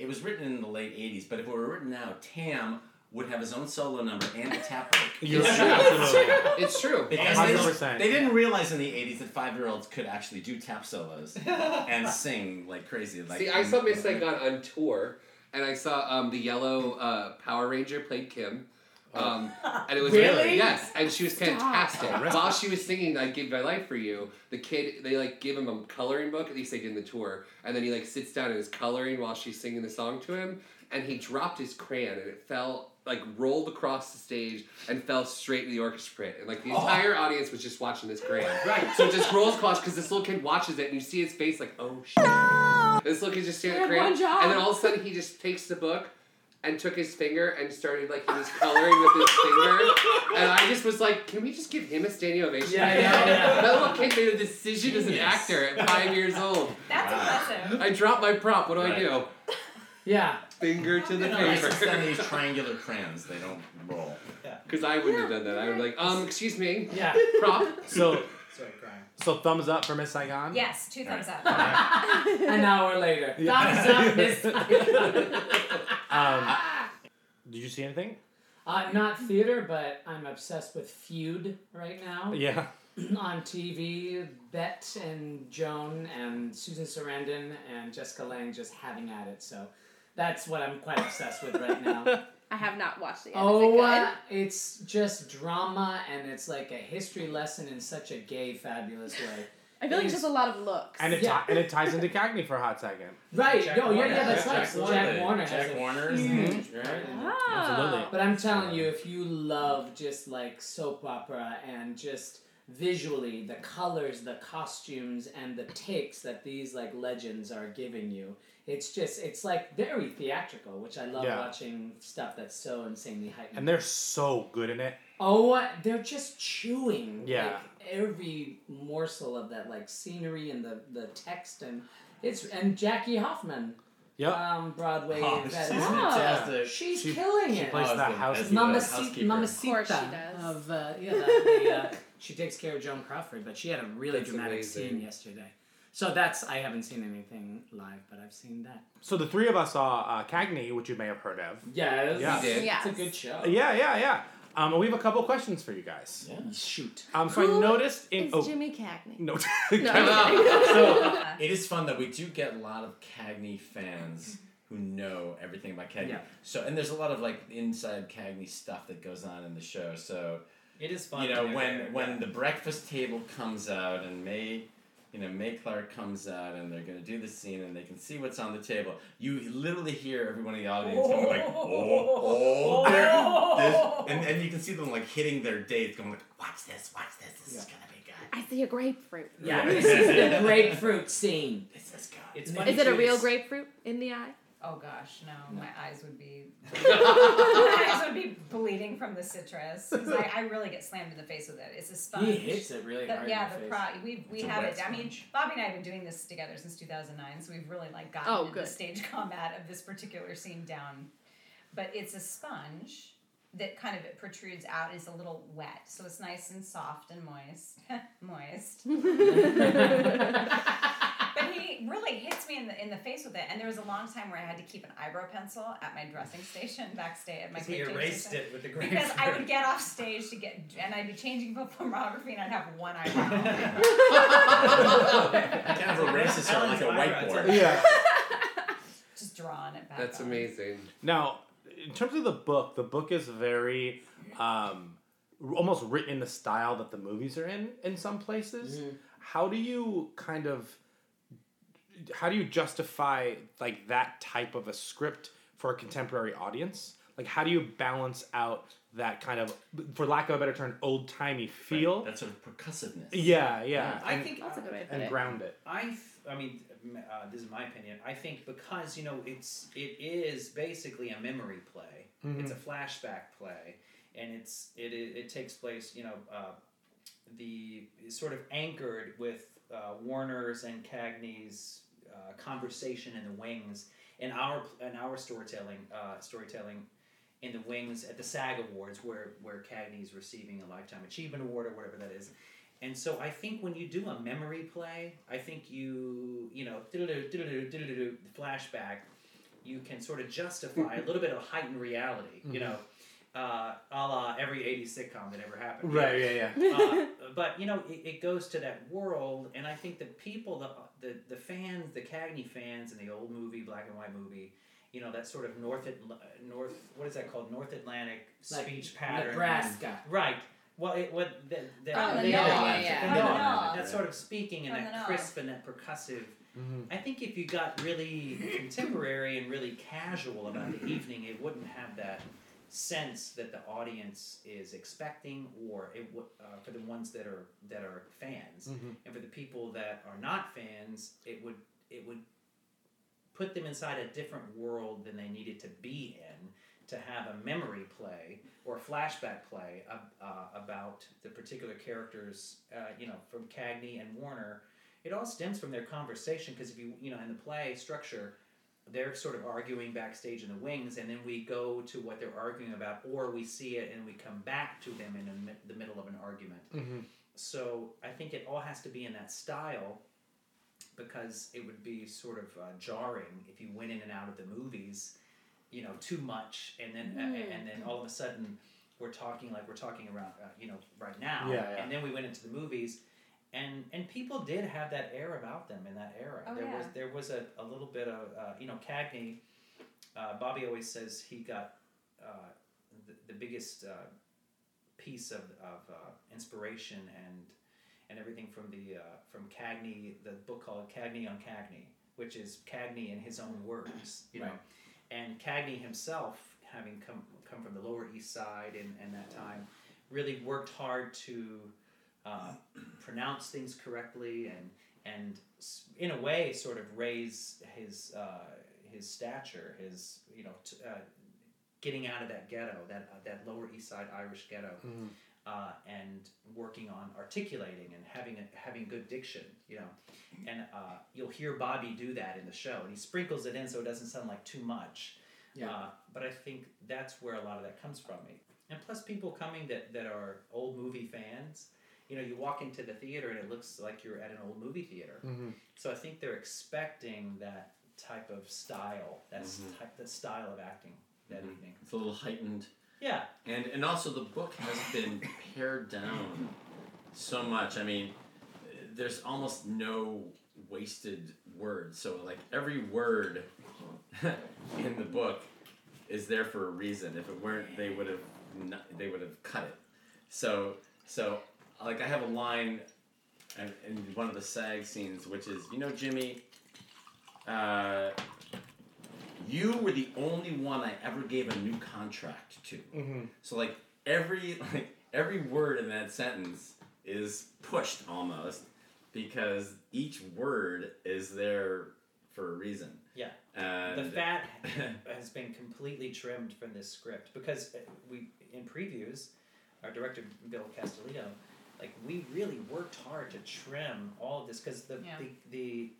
[SPEAKER 4] it was written in the late '80s. But if it were written now, Tam would have his own solo number and a tap break.
[SPEAKER 20] You're It's right. true. It's true.
[SPEAKER 4] It's true. Because they, just-
[SPEAKER 20] 100%.
[SPEAKER 4] they didn't realize in the '80s that five-year-olds could actually do tap solos and sing like crazy. Like
[SPEAKER 19] See, I saw Miss Saigon on tour, and I saw um, the yellow uh, Power Ranger played Kim. Um, and it was
[SPEAKER 20] Really?
[SPEAKER 19] yes, and she was
[SPEAKER 20] Stop.
[SPEAKER 19] fantastic.
[SPEAKER 20] Oh, really?
[SPEAKER 19] While she was singing "I Give My Life for You," the kid they like give him a coloring book. At least they did in the tour, and then he like sits down and is coloring while she's singing the song to him. And he dropped his crayon, and it fell like rolled across the stage and fell straight in the orchestra pit. And like the
[SPEAKER 20] Oh.
[SPEAKER 19] entire audience was just watching this crayon. Right. So it just rolls across because this little kid watches it, and you see his face like, oh shit. This little kid just stared at the
[SPEAKER 20] I had
[SPEAKER 19] crayon,
[SPEAKER 20] one job.
[SPEAKER 19] and then all of a sudden he just takes the book and took his finger and started like he was coloring with his finger, and I just was like, can we just give him a standing ovation?
[SPEAKER 20] Yeah,
[SPEAKER 19] right
[SPEAKER 20] yeah,
[SPEAKER 19] now?
[SPEAKER 20] yeah.
[SPEAKER 19] That little kid made a decision as an
[SPEAKER 20] Genius.
[SPEAKER 19] actor at five years old.
[SPEAKER 16] That's impressive.
[SPEAKER 19] I dropped my prop. What do I do?
[SPEAKER 2] Yeah.
[SPEAKER 19] Finger to the
[SPEAKER 4] No, it's just that
[SPEAKER 19] paper.
[SPEAKER 4] these triangular crayons, they don't roll.
[SPEAKER 19] Because I wouldn't have done that. I would like, um, excuse me.
[SPEAKER 20] Yeah.
[SPEAKER 19] Prop.
[SPEAKER 20] So,
[SPEAKER 17] Sorry, crying.
[SPEAKER 20] so thumbs up for Miss Saigon.
[SPEAKER 16] Yes, two thumbs up.
[SPEAKER 2] An hour later. Thumbs up, Miss
[SPEAKER 20] Um, did you see anything?
[SPEAKER 2] Uh, not theater, but I'm obsessed with Feud right now.
[SPEAKER 20] Yeah.
[SPEAKER 2] On TV, Bet and Joan and Susan Sarandon and Jessica Lange just having at it. So that's what I'm quite obsessed with right now.
[SPEAKER 15] I have not watched it yet. Is it
[SPEAKER 2] Oh,
[SPEAKER 15] good?
[SPEAKER 2] uh, it's just drama and it's like a history lesson in such a gay, fabulous way.
[SPEAKER 15] I feel like
[SPEAKER 2] It
[SPEAKER 15] just
[SPEAKER 2] is-
[SPEAKER 15] a lot of looks.
[SPEAKER 20] And it
[SPEAKER 2] Yeah.
[SPEAKER 20] ti- and it ties into Cagney for a hot second.
[SPEAKER 2] Right.
[SPEAKER 20] Jack
[SPEAKER 2] no, yeah,
[SPEAKER 20] Warner.
[SPEAKER 2] yeah, that's
[SPEAKER 20] Yeah,
[SPEAKER 2] right.
[SPEAKER 20] Jack
[SPEAKER 2] Jack Warner.
[SPEAKER 20] Warner.
[SPEAKER 2] has
[SPEAKER 20] Jack
[SPEAKER 2] a
[SPEAKER 20] Warner is
[SPEAKER 2] huge
[SPEAKER 20] huge, right?
[SPEAKER 2] part in it.
[SPEAKER 20] Wow. Absolutely.
[SPEAKER 2] But I'm telling you, if you love just like soap opera and just visually the colors, the costumes, and the takes that these like legends are giving you, it's just it's like very theatrical, which I love
[SPEAKER 20] Yeah.
[SPEAKER 2] watching stuff that's so insanely heightened.
[SPEAKER 20] And they're so good in it.
[SPEAKER 2] Oh, they're just chewing.
[SPEAKER 20] Yeah.
[SPEAKER 2] Like, every morsel of that like scenery and the the text and it's and Jackie Hoffman.
[SPEAKER 20] Yep.
[SPEAKER 2] Um, Broadway.
[SPEAKER 20] Oh,
[SPEAKER 2] and
[SPEAKER 20] she's
[SPEAKER 2] that-
[SPEAKER 20] fantastic.
[SPEAKER 2] She's
[SPEAKER 20] She-
[SPEAKER 2] killing
[SPEAKER 20] she
[SPEAKER 2] it.
[SPEAKER 20] plays Oh, the as the- house- as the
[SPEAKER 2] Mamacita.
[SPEAKER 20] housekeeper. Of
[SPEAKER 2] Mamacita.
[SPEAKER 20] course she
[SPEAKER 15] does.
[SPEAKER 2] Of uh, yeah, the, the, uh, she takes care of Joan Crawford, but she had a really
[SPEAKER 20] That's
[SPEAKER 2] dramatic
[SPEAKER 20] amazing.
[SPEAKER 2] scene yesterday. So that's I haven't seen anything live, but I've seen that.
[SPEAKER 20] So the three of us saw uh, Cagney, which you may have heard of.
[SPEAKER 2] Yes.
[SPEAKER 20] Yeah.
[SPEAKER 2] We did. Yes. It's a good show.
[SPEAKER 20] Yeah, yeah, yeah.
[SPEAKER 13] Um, and we have a couple questions for you guys. Yeah.
[SPEAKER 2] Shoot.
[SPEAKER 13] Um, so I noticed in
[SPEAKER 15] It's
[SPEAKER 13] oh
[SPEAKER 15] Jimmy Cagney.
[SPEAKER 13] no,
[SPEAKER 4] so it is fun that we do get a lot of Cagney fans who know everything about Cagney.
[SPEAKER 17] Yeah.
[SPEAKER 4] So and there's a lot of like inside Cagney stuff that goes on in the show. So
[SPEAKER 17] It is fun
[SPEAKER 4] You know
[SPEAKER 17] when
[SPEAKER 4] when
[SPEAKER 17] they're-
[SPEAKER 4] when the breakfast table comes out and May, you know May Clark comes out and they're gonna do the scene and they can see what's on the table. You literally hear everyone in the audience going like, oh, oh, there- this- and and you can see them like hitting their dates, going like, watch this, watch this, this is gonna be good.
[SPEAKER 15] I see a grapefruit.
[SPEAKER 2] Yeah, this is the grapefruit scene.
[SPEAKER 4] This is good.
[SPEAKER 17] It's funny
[SPEAKER 15] Is it a
[SPEAKER 17] too,
[SPEAKER 15] real
[SPEAKER 17] it's-
[SPEAKER 15] grapefruit in the eye?
[SPEAKER 16] Oh gosh, no, my eyes would be my eyes would be bleeding from the citrus 'cause I, I really get slammed in the face with it. It's a sponge.
[SPEAKER 2] He hits it really
[SPEAKER 16] The-
[SPEAKER 2] hard in
[SPEAKER 16] Yeah,
[SPEAKER 2] the
[SPEAKER 16] the
[SPEAKER 2] face.
[SPEAKER 16] pro- we we
[SPEAKER 2] It's a
[SPEAKER 16] have
[SPEAKER 2] wet
[SPEAKER 16] it. I mean, Bobby and I have been doing this together since 2009, so we've really like gotten
[SPEAKER 15] Oh,
[SPEAKER 16] into the
[SPEAKER 15] good.
[SPEAKER 16] stage combat of this particular scene down. But it's a sponge that kind of it protrudes out. It's a little wet, so it's nice and soft and moist, moist. But he really hits me in the in the face with it, and there was a long time where I had to keep an eyebrow pencil at my dressing station backstage at my.
[SPEAKER 17] 'Cause he
[SPEAKER 16] dressing
[SPEAKER 17] erased
[SPEAKER 16] station.
[SPEAKER 17] it with the
[SPEAKER 16] Because I
[SPEAKER 17] grapefruit.
[SPEAKER 16] would get off stage to get, and I'd be changing book pornography, and I'd have one eyebrow.
[SPEAKER 4] kind of erases her like a whiteboard.
[SPEAKER 13] Yeah.
[SPEAKER 16] Just drawing it back.
[SPEAKER 19] That's
[SPEAKER 16] on.
[SPEAKER 19] amazing.
[SPEAKER 13] Now, in terms of the book, the book is very um, r- almost written in the style that the movies are in in some places.
[SPEAKER 4] Mm-hmm.
[SPEAKER 13] How do you kind of how do you justify like that type of a script for a contemporary audience? Like how do you balance out that kind of for lack of a better term old timey feel?
[SPEAKER 4] That sort of percussiveness.
[SPEAKER 13] Yeah, yeah.
[SPEAKER 17] I
[SPEAKER 13] and-
[SPEAKER 17] think
[SPEAKER 13] and ground it.
[SPEAKER 17] I, th- I mean, uh, this is my opinion. I think because you know it's it is basically a memory play.
[SPEAKER 20] Mhm.
[SPEAKER 17] It's a flashback play, and it's it it, it takes place. You know, uh, the it's sort of anchored with uh, Warner's and Cagney's uh, conversation in the wings, and our and our storytelling uh, storytelling in the wings at the SAG Awards, where where Cagney's receiving a Lifetime Achievement Award or whatever that is. And so I think when you do a memory play, I think you you know diddle-doo, diddle-doo, diddle-doo, flashback, you can sort of justify a little bit of heightened reality,
[SPEAKER 13] Mm-hmm.
[SPEAKER 17] you know, uh, a la every '80s sitcom that ever happened.
[SPEAKER 13] Right, yeah, yeah.
[SPEAKER 17] Uh, but you know, it, it goes to that world, and I think the people, the, the the fans, the Cagney fans, in the old movie, black and white movie, you know, that sort of North Atl- uh, North, what is that called? North Atlantic
[SPEAKER 2] Like
[SPEAKER 17] speech pattern.
[SPEAKER 2] Nebraska.
[SPEAKER 17] Right. Well, it what the, the,
[SPEAKER 2] Oh,
[SPEAKER 17] the
[SPEAKER 2] the
[SPEAKER 17] North
[SPEAKER 2] North,
[SPEAKER 17] Atlantic,
[SPEAKER 2] yeah.
[SPEAKER 17] the North
[SPEAKER 2] From the
[SPEAKER 17] Atlantic,
[SPEAKER 2] North.
[SPEAKER 17] that sort of speaking and
[SPEAKER 2] From the
[SPEAKER 17] that
[SPEAKER 2] North.
[SPEAKER 17] crisp and that percussive. I think if you got really contemporary and really casual about the evening, it wouldn't have that sense that the audience is expecting, or it would uh, for the ones that are that are fans,
[SPEAKER 13] Mhm.
[SPEAKER 17] and for the people that are not fans, it would it would put them inside a different world than they needed to be in to have a memory play or flashback play uh, uh, about the particular characters, uh, you know, from Cagney and Warner. It all stems from their conversation because if you, you know, in the play structure, they're sort of arguing backstage in the wings, and then we go to what they're arguing about, or we see it and we come back to them in the mi- the middle of an argument.
[SPEAKER 2] Mm-hmm.
[SPEAKER 13] Mhm.
[SPEAKER 17] So I think it all has to be in that style because it would be sort of uh, jarring if you went in and out of the movies, you know, too much, and then uh, and then all of a sudden we're talking like we're talking around, uh, you know, right now,
[SPEAKER 13] Yeah, yeah.
[SPEAKER 17] and then we went into the movies, and and people did have that air about them in that era.
[SPEAKER 16] Oh,
[SPEAKER 17] there was
[SPEAKER 16] yeah.
[SPEAKER 17] there was a, a little bit of uh, you know Cagney. Uh, Bobby always says he got uh, the, the biggest uh, piece of, of uh, inspiration and and everything from the uh, from Cagney, the book called Cagney on Cagney, which is Cagney in his own words, you know,
[SPEAKER 13] Right.
[SPEAKER 17] and Cagney himself, having come come from the Lower East Side and, and that time, really worked hard to uh, pronounce things correctly and and s- in a way sort of raise his uh, his stature, his you know. T- uh, getting out of that ghetto, that uh, that Lower East Side Irish ghetto,
[SPEAKER 13] Mhm.
[SPEAKER 17] uh, and working on articulating and having a, having good diction, you know, and uh, you'll hear Bobby do that in the show, and he sprinkles it in so it doesn't sound like too much.
[SPEAKER 2] Yeah.
[SPEAKER 17] Uh, but I think that's where a lot of that comes from. And plus, people coming that, that are old movie fans, you know, you walk into the theater and it looks like you're at an old movie theater.
[SPEAKER 4] Mm-hmm.
[SPEAKER 13] Mhm.
[SPEAKER 17] So I think they're expecting that type of style, that, s-
[SPEAKER 4] Mhm.
[SPEAKER 17] type, that style of acting that evening.
[SPEAKER 4] It's a little heightened
[SPEAKER 17] Yeah.
[SPEAKER 4] And and also the book has been pared down so much. I mean, there's almost no wasted words. So like every word in the book is there for a reason. If it weren't, they would have not, they would have cut it. So so like I have a line in- in one of the SAG scenes, which is you know Jimmy. Uh, you were the only one I ever gave a new contract to.
[SPEAKER 17] Mm-hmm.
[SPEAKER 20] Mhm.
[SPEAKER 4] So like every like every word in that sentence is pushed almost because each word is there for a reason.
[SPEAKER 17] Yeah.
[SPEAKER 4] And
[SPEAKER 17] the fat has been completely trimmed from this script because uh, we in previews, our director Bill Castellino, like we really worked hard to trim all of this because the,
[SPEAKER 15] Yeah.
[SPEAKER 17] the the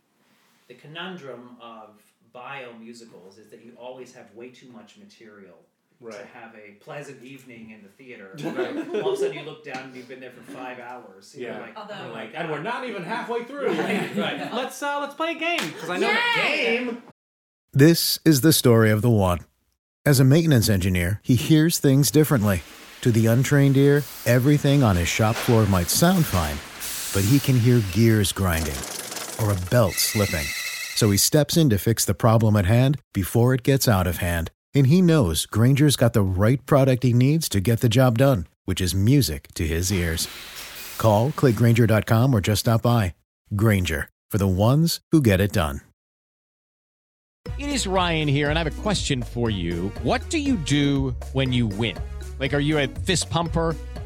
[SPEAKER 17] the conundrum of bio musicals is that you always have way too much material. To
[SPEAKER 20] Right.
[SPEAKER 17] have a pleasant evening in the theater,
[SPEAKER 20] Right.
[SPEAKER 17] all of a sudden you look down and you've been there for five hours. You
[SPEAKER 20] Yeah.
[SPEAKER 17] know, like,
[SPEAKER 20] Although-
[SPEAKER 17] you're like,
[SPEAKER 20] And we're not even halfway through.
[SPEAKER 17] right.
[SPEAKER 20] Let's uh, let's play a game because I know the game.
[SPEAKER 18] This is the story of the one. As a maintenance engineer, he hears things differently. To the untrained ear, everything on his shop floor might sound fine, but he can hear gears grinding or a belt slipping. So he steps in to fix the problem at hand before it gets out of hand. And he knows Granger's got the right product he needs to get the job done, which is music to his ears. Call, click Granger.com, or just stop by. Granger, for the ones who get it done.
[SPEAKER 11] It is Ryan here, and I have a question for you. What do you do when you win? Like, are you a fist pumper?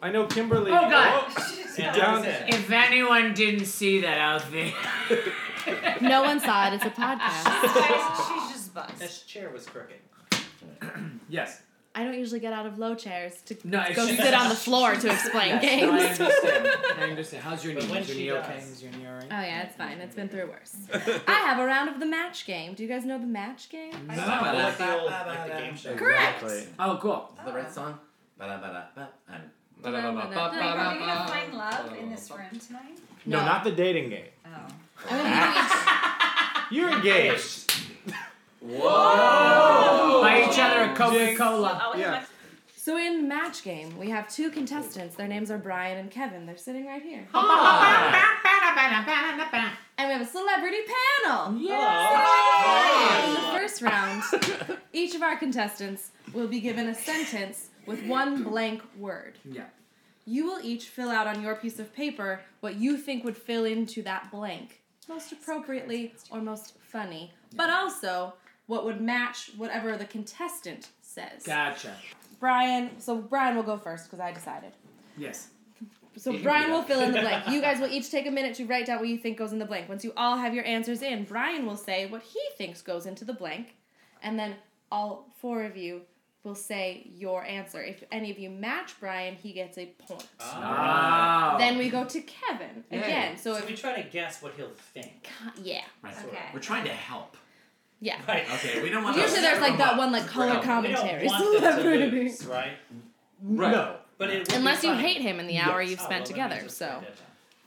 [SPEAKER 13] I know Kimberly.
[SPEAKER 2] Oh, God.
[SPEAKER 13] Yeah, down-
[SPEAKER 2] If anyone didn't see that out there,
[SPEAKER 21] No one saw it. It's a podcast.
[SPEAKER 16] She's just buzzed.
[SPEAKER 17] This chair was crooked.
[SPEAKER 13] yes.
[SPEAKER 21] I don't usually get out of low chairs to
[SPEAKER 2] No,
[SPEAKER 21] go
[SPEAKER 2] she's-
[SPEAKER 21] sit on the floor to explain
[SPEAKER 2] Yes, no, I
[SPEAKER 21] games.
[SPEAKER 2] understand. I understand. How's your knee?
[SPEAKER 21] But when
[SPEAKER 2] Is your
[SPEAKER 21] she
[SPEAKER 2] knee okay?
[SPEAKER 21] does-
[SPEAKER 2] Is your knee all right?
[SPEAKER 22] Oh yeah, it's fine. It's been through worse. I have a round of the match game. Do you guys know the match game?
[SPEAKER 4] No.
[SPEAKER 17] like the old-
[SPEAKER 22] uh,
[SPEAKER 17] like the game show.
[SPEAKER 4] Correct.
[SPEAKER 2] Oh, cool.
[SPEAKER 4] Is that the
[SPEAKER 22] Uh-huh.
[SPEAKER 4] right song? Ba-da-ba-da-ba. I'm-
[SPEAKER 16] are we gonna
[SPEAKER 4] ba-da-ba-ba-ba-ba.
[SPEAKER 16] find love in this room tonight?
[SPEAKER 20] No, Oh. not the dating game. You're engaged.
[SPEAKER 2] Whoa! Buy each other a Coca Cola.
[SPEAKER 20] Yeah.
[SPEAKER 22] Oh, So in match game, we have two contestants. Their names are Brian and Kevin. They're sitting right here. And we have a celebrity panel. Yes! In the first round, each of our contestants will be given a sentence with one blank word.
[SPEAKER 2] Yeah.
[SPEAKER 22] You will each fill out on your piece of paper what you think would fill into that blank most appropriately or most funny, but also what would match whatever the contestant says.
[SPEAKER 2] Gotcha.
[SPEAKER 22] Brian, so Brian will go first because I decided.
[SPEAKER 2] Yes.
[SPEAKER 22] So
[SPEAKER 2] Yeah,
[SPEAKER 22] Brian
[SPEAKER 2] yeah.
[SPEAKER 22] will fill in the blank. You guys will each take a minute to write down what you think goes in the blank. Once you all have your answers in, Brian will say what he thinks goes into the blank, and then all four of you will say your answer. If any of you match Brian, he gets a point.
[SPEAKER 17] Ah.
[SPEAKER 22] Then we go to Kevin again. So
[SPEAKER 17] we try to guess what he'll think.
[SPEAKER 22] yeah,
[SPEAKER 4] Right. We're trying to help.
[SPEAKER 22] yeah.
[SPEAKER 4] Okay, we don't want
[SPEAKER 22] Usually
[SPEAKER 4] to
[SPEAKER 22] there's like that one like
[SPEAKER 4] We
[SPEAKER 22] color
[SPEAKER 4] don't
[SPEAKER 22] commentary.
[SPEAKER 17] want them to
[SPEAKER 22] Celebrity.
[SPEAKER 17] lose, right?
[SPEAKER 20] Right. No.
[SPEAKER 17] But it would be
[SPEAKER 22] Unless you
[SPEAKER 17] funny.
[SPEAKER 22] hate him in the hour
[SPEAKER 17] Yes.
[SPEAKER 22] you've
[SPEAKER 17] Oh,
[SPEAKER 22] spent
[SPEAKER 17] well, then
[SPEAKER 22] together. So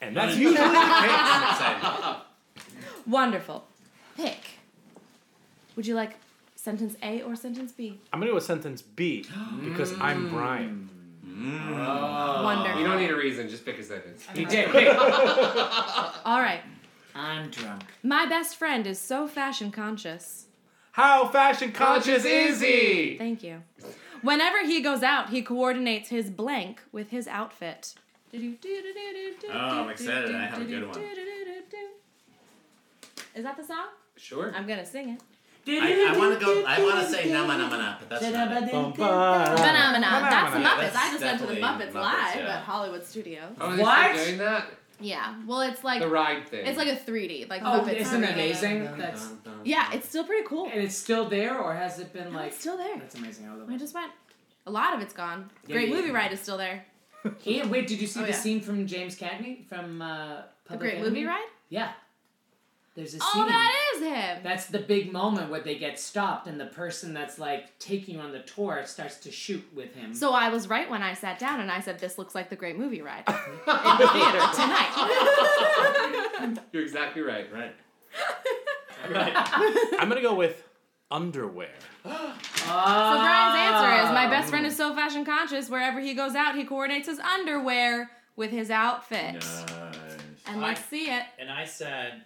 [SPEAKER 20] And that's usually the case.
[SPEAKER 22] wonderful. Pick. Would you like sentence A or sentence B?
[SPEAKER 20] I'm gonna go with sentence B because I'm Brian.
[SPEAKER 4] Oh.
[SPEAKER 22] Wonderful.
[SPEAKER 19] Mm. You don't need a reason. Just pick a sentence.
[SPEAKER 2] He did.
[SPEAKER 22] All right.
[SPEAKER 2] I'm drunk.
[SPEAKER 22] My best friend is so fashion conscious.
[SPEAKER 20] How fashion conscious is he?
[SPEAKER 22] Thank you. Whenever he goes out, he coordinates his blank with his outfit. Oh,
[SPEAKER 4] I'm excited. I have a good one.
[SPEAKER 22] Is that the song?
[SPEAKER 4] Sure.
[SPEAKER 22] I'm gonna sing it.
[SPEAKER 4] I, I want to go. I want to say nama nama na, but that's not it.
[SPEAKER 22] Phenomena. That's the
[SPEAKER 4] Yeah,
[SPEAKER 22] Muppets.
[SPEAKER 4] that's
[SPEAKER 22] I just went to the
[SPEAKER 4] definitely
[SPEAKER 22] Muppets,
[SPEAKER 4] Muppets,
[SPEAKER 22] live
[SPEAKER 4] yeah.
[SPEAKER 22] at Hollywood Studios.
[SPEAKER 19] Oh, they're still doing that?
[SPEAKER 22] Yeah. Well, it's like
[SPEAKER 19] The ride thing.
[SPEAKER 22] It's like a 3D. Like
[SPEAKER 2] Oh,
[SPEAKER 22] Muppets.
[SPEAKER 2] isn't it
[SPEAKER 22] 3D.
[SPEAKER 2] amazing? That's
[SPEAKER 22] Yeah, it's still pretty cool.
[SPEAKER 2] and it's still there, or has it been
[SPEAKER 22] No,
[SPEAKER 2] like?
[SPEAKER 22] it's still there.
[SPEAKER 2] That's amazing. I love
[SPEAKER 22] I
[SPEAKER 2] it.
[SPEAKER 22] just went. A lot of it's gone.
[SPEAKER 2] Yeah,
[SPEAKER 22] Great
[SPEAKER 2] yeah,
[SPEAKER 22] movie
[SPEAKER 2] yeah.
[SPEAKER 22] ride is still there.
[SPEAKER 2] And wait, did you see
[SPEAKER 22] Oh,
[SPEAKER 2] the
[SPEAKER 22] yeah.
[SPEAKER 2] scene from James Cagney from uh,
[SPEAKER 22] The
[SPEAKER 2] Public
[SPEAKER 22] Great
[SPEAKER 2] Enemy?
[SPEAKER 22] Movie Ride?
[SPEAKER 2] Yeah. There's a scene.
[SPEAKER 22] Oh, that is him.
[SPEAKER 2] That's the big moment where they get stopped and the person that's like taking on the tour starts to shoot with him.
[SPEAKER 22] So I was right when I sat down and I said, "This looks like the Great Movie Ride in the theater tonight."
[SPEAKER 19] You're exactly right.
[SPEAKER 4] Right.
[SPEAKER 13] I'm gonna go with underwear.
[SPEAKER 22] So Brian's answer is, "My best friend is so fashion conscious. Wherever he goes out, he coordinates his underwear with his outfit." And let's
[SPEAKER 17] I-
[SPEAKER 22] see it.
[SPEAKER 17] And I said,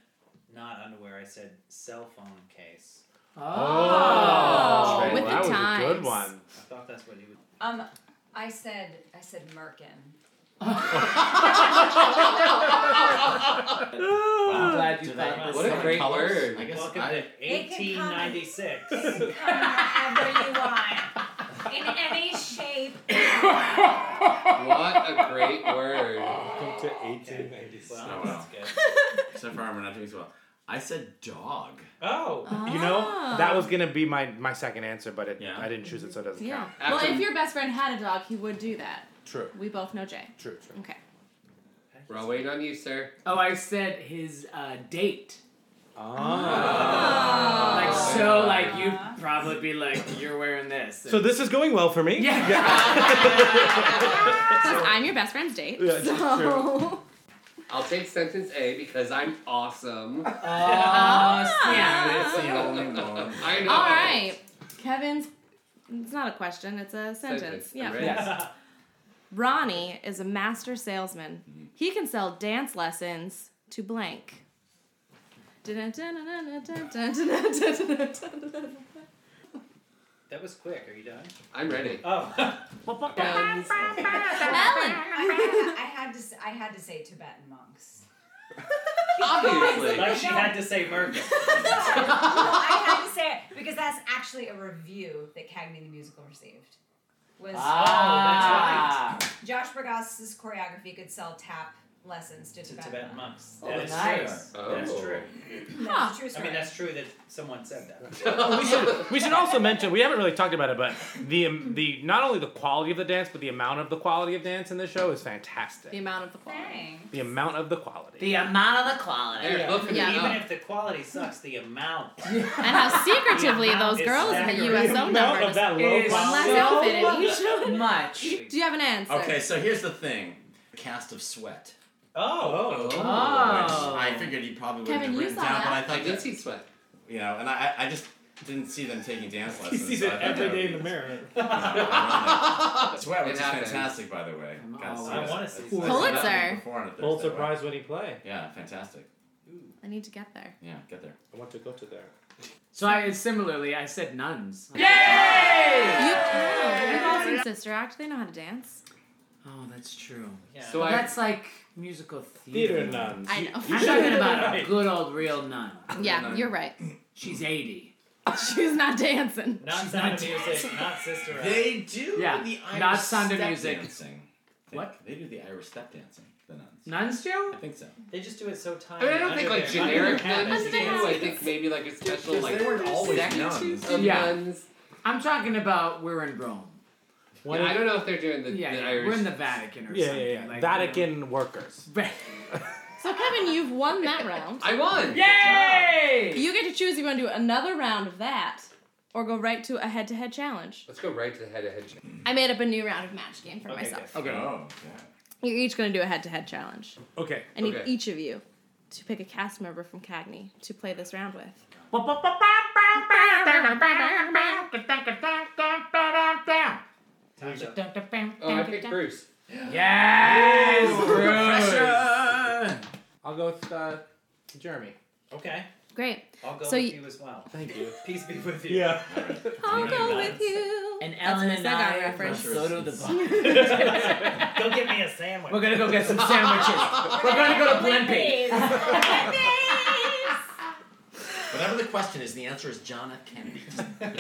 [SPEAKER 17] not underwear. I said cell phone case.
[SPEAKER 22] Oh,
[SPEAKER 17] Right.
[SPEAKER 22] with the times.
[SPEAKER 17] I thought that's what he was.
[SPEAKER 16] Um, I said I said Merkin.
[SPEAKER 2] I'm glad you
[SPEAKER 4] Do
[SPEAKER 2] thought
[SPEAKER 4] they-
[SPEAKER 2] this
[SPEAKER 4] what a
[SPEAKER 2] out.
[SPEAKER 4] great Colours? word. I guess
[SPEAKER 17] Welcome
[SPEAKER 4] I-
[SPEAKER 17] to
[SPEAKER 4] It
[SPEAKER 16] can come-
[SPEAKER 17] 1896.
[SPEAKER 16] Whatever you want, in any shape.
[SPEAKER 19] What a great word.
[SPEAKER 4] Welcome to 1896.
[SPEAKER 17] Well,
[SPEAKER 4] well.
[SPEAKER 17] that's good.
[SPEAKER 4] so far, we're not doing so well. I said dog.
[SPEAKER 17] Oh.
[SPEAKER 20] You know, that was gonna be my my second answer, but it, I didn't choose it, so it doesn't
[SPEAKER 22] Ah. Yeah.
[SPEAKER 20] count.
[SPEAKER 22] Well, if your best friend had a dog, he would do that.
[SPEAKER 20] True.
[SPEAKER 22] We both know Jay.
[SPEAKER 20] True. True.
[SPEAKER 22] Okay.
[SPEAKER 19] We're all waiting on you, sir.
[SPEAKER 2] Oh, I said his uh, date.
[SPEAKER 20] Ah.
[SPEAKER 2] Like
[SPEAKER 19] Oh.
[SPEAKER 2] so, like you'd probably be like, you're wearing this.
[SPEAKER 20] So this is going well for me.
[SPEAKER 2] Yeah.
[SPEAKER 22] Plus, I'm your best friend's date.
[SPEAKER 19] Yeah, it's
[SPEAKER 22] so.
[SPEAKER 19] true. I'll take sentence A because I'm awesome. Oh,
[SPEAKER 22] Ah.
[SPEAKER 4] the only one.
[SPEAKER 19] I know.
[SPEAKER 22] All right. Kevin's. It's not a question, it's a sentence.
[SPEAKER 19] Sentence.
[SPEAKER 22] Yeah.
[SPEAKER 19] Right. Yes.
[SPEAKER 22] Ronnie is a master salesman. He can sell dance lessons to blank.
[SPEAKER 17] That was quick. Are you done?
[SPEAKER 19] I'm ready.
[SPEAKER 17] Oh.
[SPEAKER 16] I had to. s- I had to say Tibetan monks.
[SPEAKER 19] Obviously.
[SPEAKER 17] Like she had to say Merkin.
[SPEAKER 16] I had to say it because that's actually a review that Cagney the Musical received. Was uh,
[SPEAKER 17] Ah.
[SPEAKER 16] Josh Burgas's choreography could sell tap lessons to,
[SPEAKER 17] To
[SPEAKER 16] Tibetan,
[SPEAKER 17] Tibetan monks.
[SPEAKER 16] Oh,
[SPEAKER 17] That is
[SPEAKER 2] nice.
[SPEAKER 17] true. That's
[SPEAKER 19] Oh.
[SPEAKER 17] true.
[SPEAKER 16] That's a true
[SPEAKER 17] I
[SPEAKER 16] story.
[SPEAKER 17] mean, that's true that someone said that.
[SPEAKER 20] Oh, we should we should also mention we haven't really talked about it, but the um, the not only the quality of the dance, but the amount of the quality of dance in this show is
[SPEAKER 22] The
[SPEAKER 20] fantastic.
[SPEAKER 22] amount of the quality.
[SPEAKER 20] The amount of the quality.
[SPEAKER 2] The amount of the quality.
[SPEAKER 20] They're looking Yeah. it
[SPEAKER 17] Even
[SPEAKER 20] up.
[SPEAKER 17] if the quality sucks, the amount.
[SPEAKER 22] And how secretively
[SPEAKER 17] The amount
[SPEAKER 22] those
[SPEAKER 17] is
[SPEAKER 22] girls in the
[SPEAKER 17] staggering.
[SPEAKER 22] USO
[SPEAKER 17] The amount
[SPEAKER 22] number.
[SPEAKER 17] of that
[SPEAKER 22] just-
[SPEAKER 17] low
[SPEAKER 22] It is
[SPEAKER 17] quality.
[SPEAKER 22] less
[SPEAKER 17] So
[SPEAKER 22] outfit in
[SPEAKER 17] much.
[SPEAKER 22] each
[SPEAKER 2] much.
[SPEAKER 22] Do you have an answer?
[SPEAKER 4] Okay, so here's the thing. Cast of Sweat.
[SPEAKER 17] Oh.
[SPEAKER 4] Which
[SPEAKER 2] Oh.
[SPEAKER 4] I figured you probably would
[SPEAKER 22] Kevin,
[SPEAKER 4] have
[SPEAKER 22] you
[SPEAKER 4] written
[SPEAKER 22] saw
[SPEAKER 4] down, but I
[SPEAKER 19] that.
[SPEAKER 4] thought
[SPEAKER 19] I did
[SPEAKER 4] that-
[SPEAKER 19] see Sweat.
[SPEAKER 4] You know, and I, I I just didn't see them taking dance lessons.
[SPEAKER 13] sees
[SPEAKER 4] so
[SPEAKER 13] it
[SPEAKER 4] I thought
[SPEAKER 13] every
[SPEAKER 4] that would
[SPEAKER 13] day in
[SPEAKER 4] be-
[SPEAKER 13] the mirror.
[SPEAKER 4] Sweat, which
[SPEAKER 19] It
[SPEAKER 4] is
[SPEAKER 19] happens.
[SPEAKER 4] fantastic, by the way. Got to
[SPEAKER 13] Oh,
[SPEAKER 4] see
[SPEAKER 13] I
[SPEAKER 4] that.
[SPEAKER 13] wanna see
[SPEAKER 4] That's-
[SPEAKER 13] that.
[SPEAKER 4] that's what happened
[SPEAKER 22] Pulitzer.
[SPEAKER 4] before on a Thursday,
[SPEAKER 13] Pulitzer
[SPEAKER 4] right?
[SPEAKER 13] Prize winning play.
[SPEAKER 4] Yeah, fantastic.
[SPEAKER 22] I need to get there.
[SPEAKER 4] Yeah, get there.
[SPEAKER 13] I want to go to there.
[SPEAKER 2] So I similarly, I said nuns.
[SPEAKER 22] Oh, We've all seen Sister Act. They know how to dance.
[SPEAKER 2] Oh, that's true.
[SPEAKER 17] Yeah.
[SPEAKER 19] So I-
[SPEAKER 2] that's like musical theater.
[SPEAKER 13] Theater nuns.
[SPEAKER 22] I know.
[SPEAKER 2] I'm talking about a good old real nun.
[SPEAKER 22] Yeah, you're right.
[SPEAKER 2] She's 80.
[SPEAKER 22] She's not dancing.
[SPEAKER 17] Not Sound of Music, not Sister Act.
[SPEAKER 4] They do
[SPEAKER 2] Yeah,
[SPEAKER 4] the Irish
[SPEAKER 2] not Sound of
[SPEAKER 4] step
[SPEAKER 2] Music.
[SPEAKER 4] dancing. They-
[SPEAKER 2] What?
[SPEAKER 4] They do the Irish step dancing, the nuns.
[SPEAKER 2] Nuns do?
[SPEAKER 4] I think so.
[SPEAKER 17] They just do it so
[SPEAKER 19] I
[SPEAKER 17] tiny.
[SPEAKER 19] mean, I don't think
[SPEAKER 17] under
[SPEAKER 19] like
[SPEAKER 17] their- under
[SPEAKER 19] generic
[SPEAKER 17] their habits.
[SPEAKER 19] nuns do. I think maybe like a special like
[SPEAKER 4] they weren't always
[SPEAKER 19] sect
[SPEAKER 4] nuns.
[SPEAKER 19] of
[SPEAKER 2] Yeah.
[SPEAKER 19] nuns.
[SPEAKER 2] I'm talking about we're in Rome.
[SPEAKER 19] Yeah, I don't know if they're doing the,
[SPEAKER 2] Yeah,
[SPEAKER 19] the
[SPEAKER 2] yeah,
[SPEAKER 19] Irish.
[SPEAKER 2] we're in the Vatican or
[SPEAKER 20] Yeah,
[SPEAKER 2] something.
[SPEAKER 20] yeah, yeah.
[SPEAKER 2] Like,
[SPEAKER 20] Vatican workers.
[SPEAKER 22] So Kevin, you've won that round.
[SPEAKER 19] I won.
[SPEAKER 2] Yay!
[SPEAKER 22] You get to choose if you want to do another round of that or go right to a head-to-head challenge.
[SPEAKER 19] Let's go right to the head of head.
[SPEAKER 22] I made up a new round of match game for myself.
[SPEAKER 4] Okay. Oh, yeah.
[SPEAKER 22] You're each going to do a head-to-head challenge.
[SPEAKER 20] Okay.
[SPEAKER 22] I need
[SPEAKER 19] Okay.
[SPEAKER 22] each of you to pick a cast member from Cagney to play this round with.
[SPEAKER 17] Time's up.
[SPEAKER 19] Oh, I picked Bruce.
[SPEAKER 2] Yes!
[SPEAKER 20] I'll go with uh, Jeremy.
[SPEAKER 17] Okay.
[SPEAKER 22] Great.
[SPEAKER 17] I'll go
[SPEAKER 22] So
[SPEAKER 17] with
[SPEAKER 22] y-
[SPEAKER 17] you as well.
[SPEAKER 20] Thank you.
[SPEAKER 17] Peace be with you.
[SPEAKER 20] Yeah.
[SPEAKER 22] I'll go with you.
[SPEAKER 2] And
[SPEAKER 22] That's
[SPEAKER 2] Ellen
[SPEAKER 22] an
[SPEAKER 2] and
[SPEAKER 22] Instagram
[SPEAKER 2] I
[SPEAKER 22] reference.
[SPEAKER 2] So do the Vatican.
[SPEAKER 17] go get me a sandwich.
[SPEAKER 2] We're gonna go get some sandwiches. We're gonna go to Blimpie.
[SPEAKER 4] Whatever the question is, the answer is John F. Kennedy.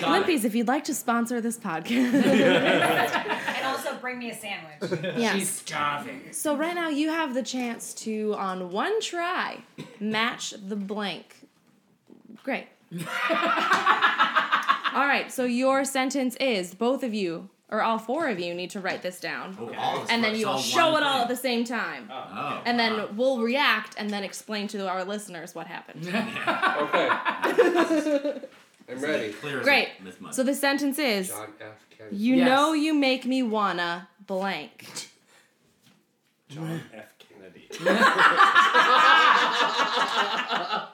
[SPEAKER 22] Olympies, if you'd like to sponsor this podcast.
[SPEAKER 16] and also bring me a sandwich.
[SPEAKER 22] yes.
[SPEAKER 2] She's starving.
[SPEAKER 22] So right now you have the chance to, on one try, match the blank. Great. All right. So your sentence is both of you or all four of you need to write this down.
[SPEAKER 1] Okay. Oh, All of us
[SPEAKER 22] and then
[SPEAKER 1] must-
[SPEAKER 22] you
[SPEAKER 1] all
[SPEAKER 22] will show
[SPEAKER 1] one
[SPEAKER 22] it all
[SPEAKER 1] thing.
[SPEAKER 22] at the same time.
[SPEAKER 1] Oh.
[SPEAKER 22] And then we'll react and then explain to our listeners what happened.
[SPEAKER 19] I'm ready. Clear
[SPEAKER 22] Great. So the sentence is
[SPEAKER 19] John F. Kennedy.
[SPEAKER 22] You know you make me wanna blank.
[SPEAKER 13] John F. Kennedy.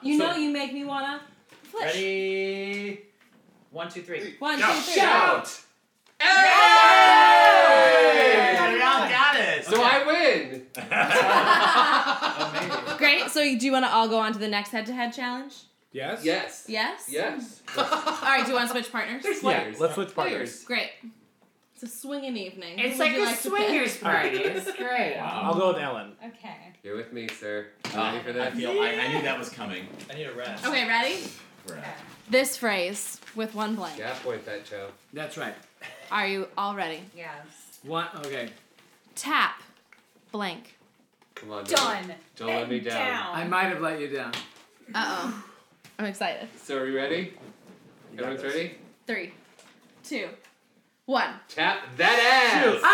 [SPEAKER 22] You know you make me wanna
[SPEAKER 17] Ready? One, two, three.
[SPEAKER 22] One,
[SPEAKER 17] Shout.
[SPEAKER 22] two, three.
[SPEAKER 17] Shout.
[SPEAKER 19] Hey!
[SPEAKER 17] We all got it.
[SPEAKER 19] So I win.
[SPEAKER 22] Great. So do you wanna all go on to the next head to head challenge?
[SPEAKER 13] Yes.
[SPEAKER 19] Yes.
[SPEAKER 22] Yes?
[SPEAKER 19] Yes.
[SPEAKER 22] Alright, do you wanna switch partners?
[SPEAKER 13] Yeah, let's switch partners.
[SPEAKER 22] Great. It's a swinging evening.
[SPEAKER 15] It's
[SPEAKER 22] Who would
[SPEAKER 15] like
[SPEAKER 22] you
[SPEAKER 15] a
[SPEAKER 22] to
[SPEAKER 15] swingers
[SPEAKER 22] pick?
[SPEAKER 15] party. It's great.
[SPEAKER 13] I'll go with Ellen.
[SPEAKER 22] Okay.
[SPEAKER 19] You're with me, sir. You
[SPEAKER 4] Ah,
[SPEAKER 19] ready for that?
[SPEAKER 4] I feel- I- I knew that was coming.
[SPEAKER 17] I need a rest.
[SPEAKER 22] Okay, ready?
[SPEAKER 4] We're out.
[SPEAKER 22] This phrase with one blank.
[SPEAKER 19] Yeah, point that, Joe.
[SPEAKER 2] That's right.
[SPEAKER 22] Are you all ready?
[SPEAKER 16] Yes.
[SPEAKER 2] One. Okay.
[SPEAKER 22] Tap blank.
[SPEAKER 19] Come on.
[SPEAKER 22] Done.
[SPEAKER 19] Don't let me down.
[SPEAKER 2] I might have let you down.
[SPEAKER 22] Uh oh. I'm excited.
[SPEAKER 19] So are we ready? Everyone's ready?
[SPEAKER 22] Three, two, one.
[SPEAKER 19] Tap that ass.
[SPEAKER 15] I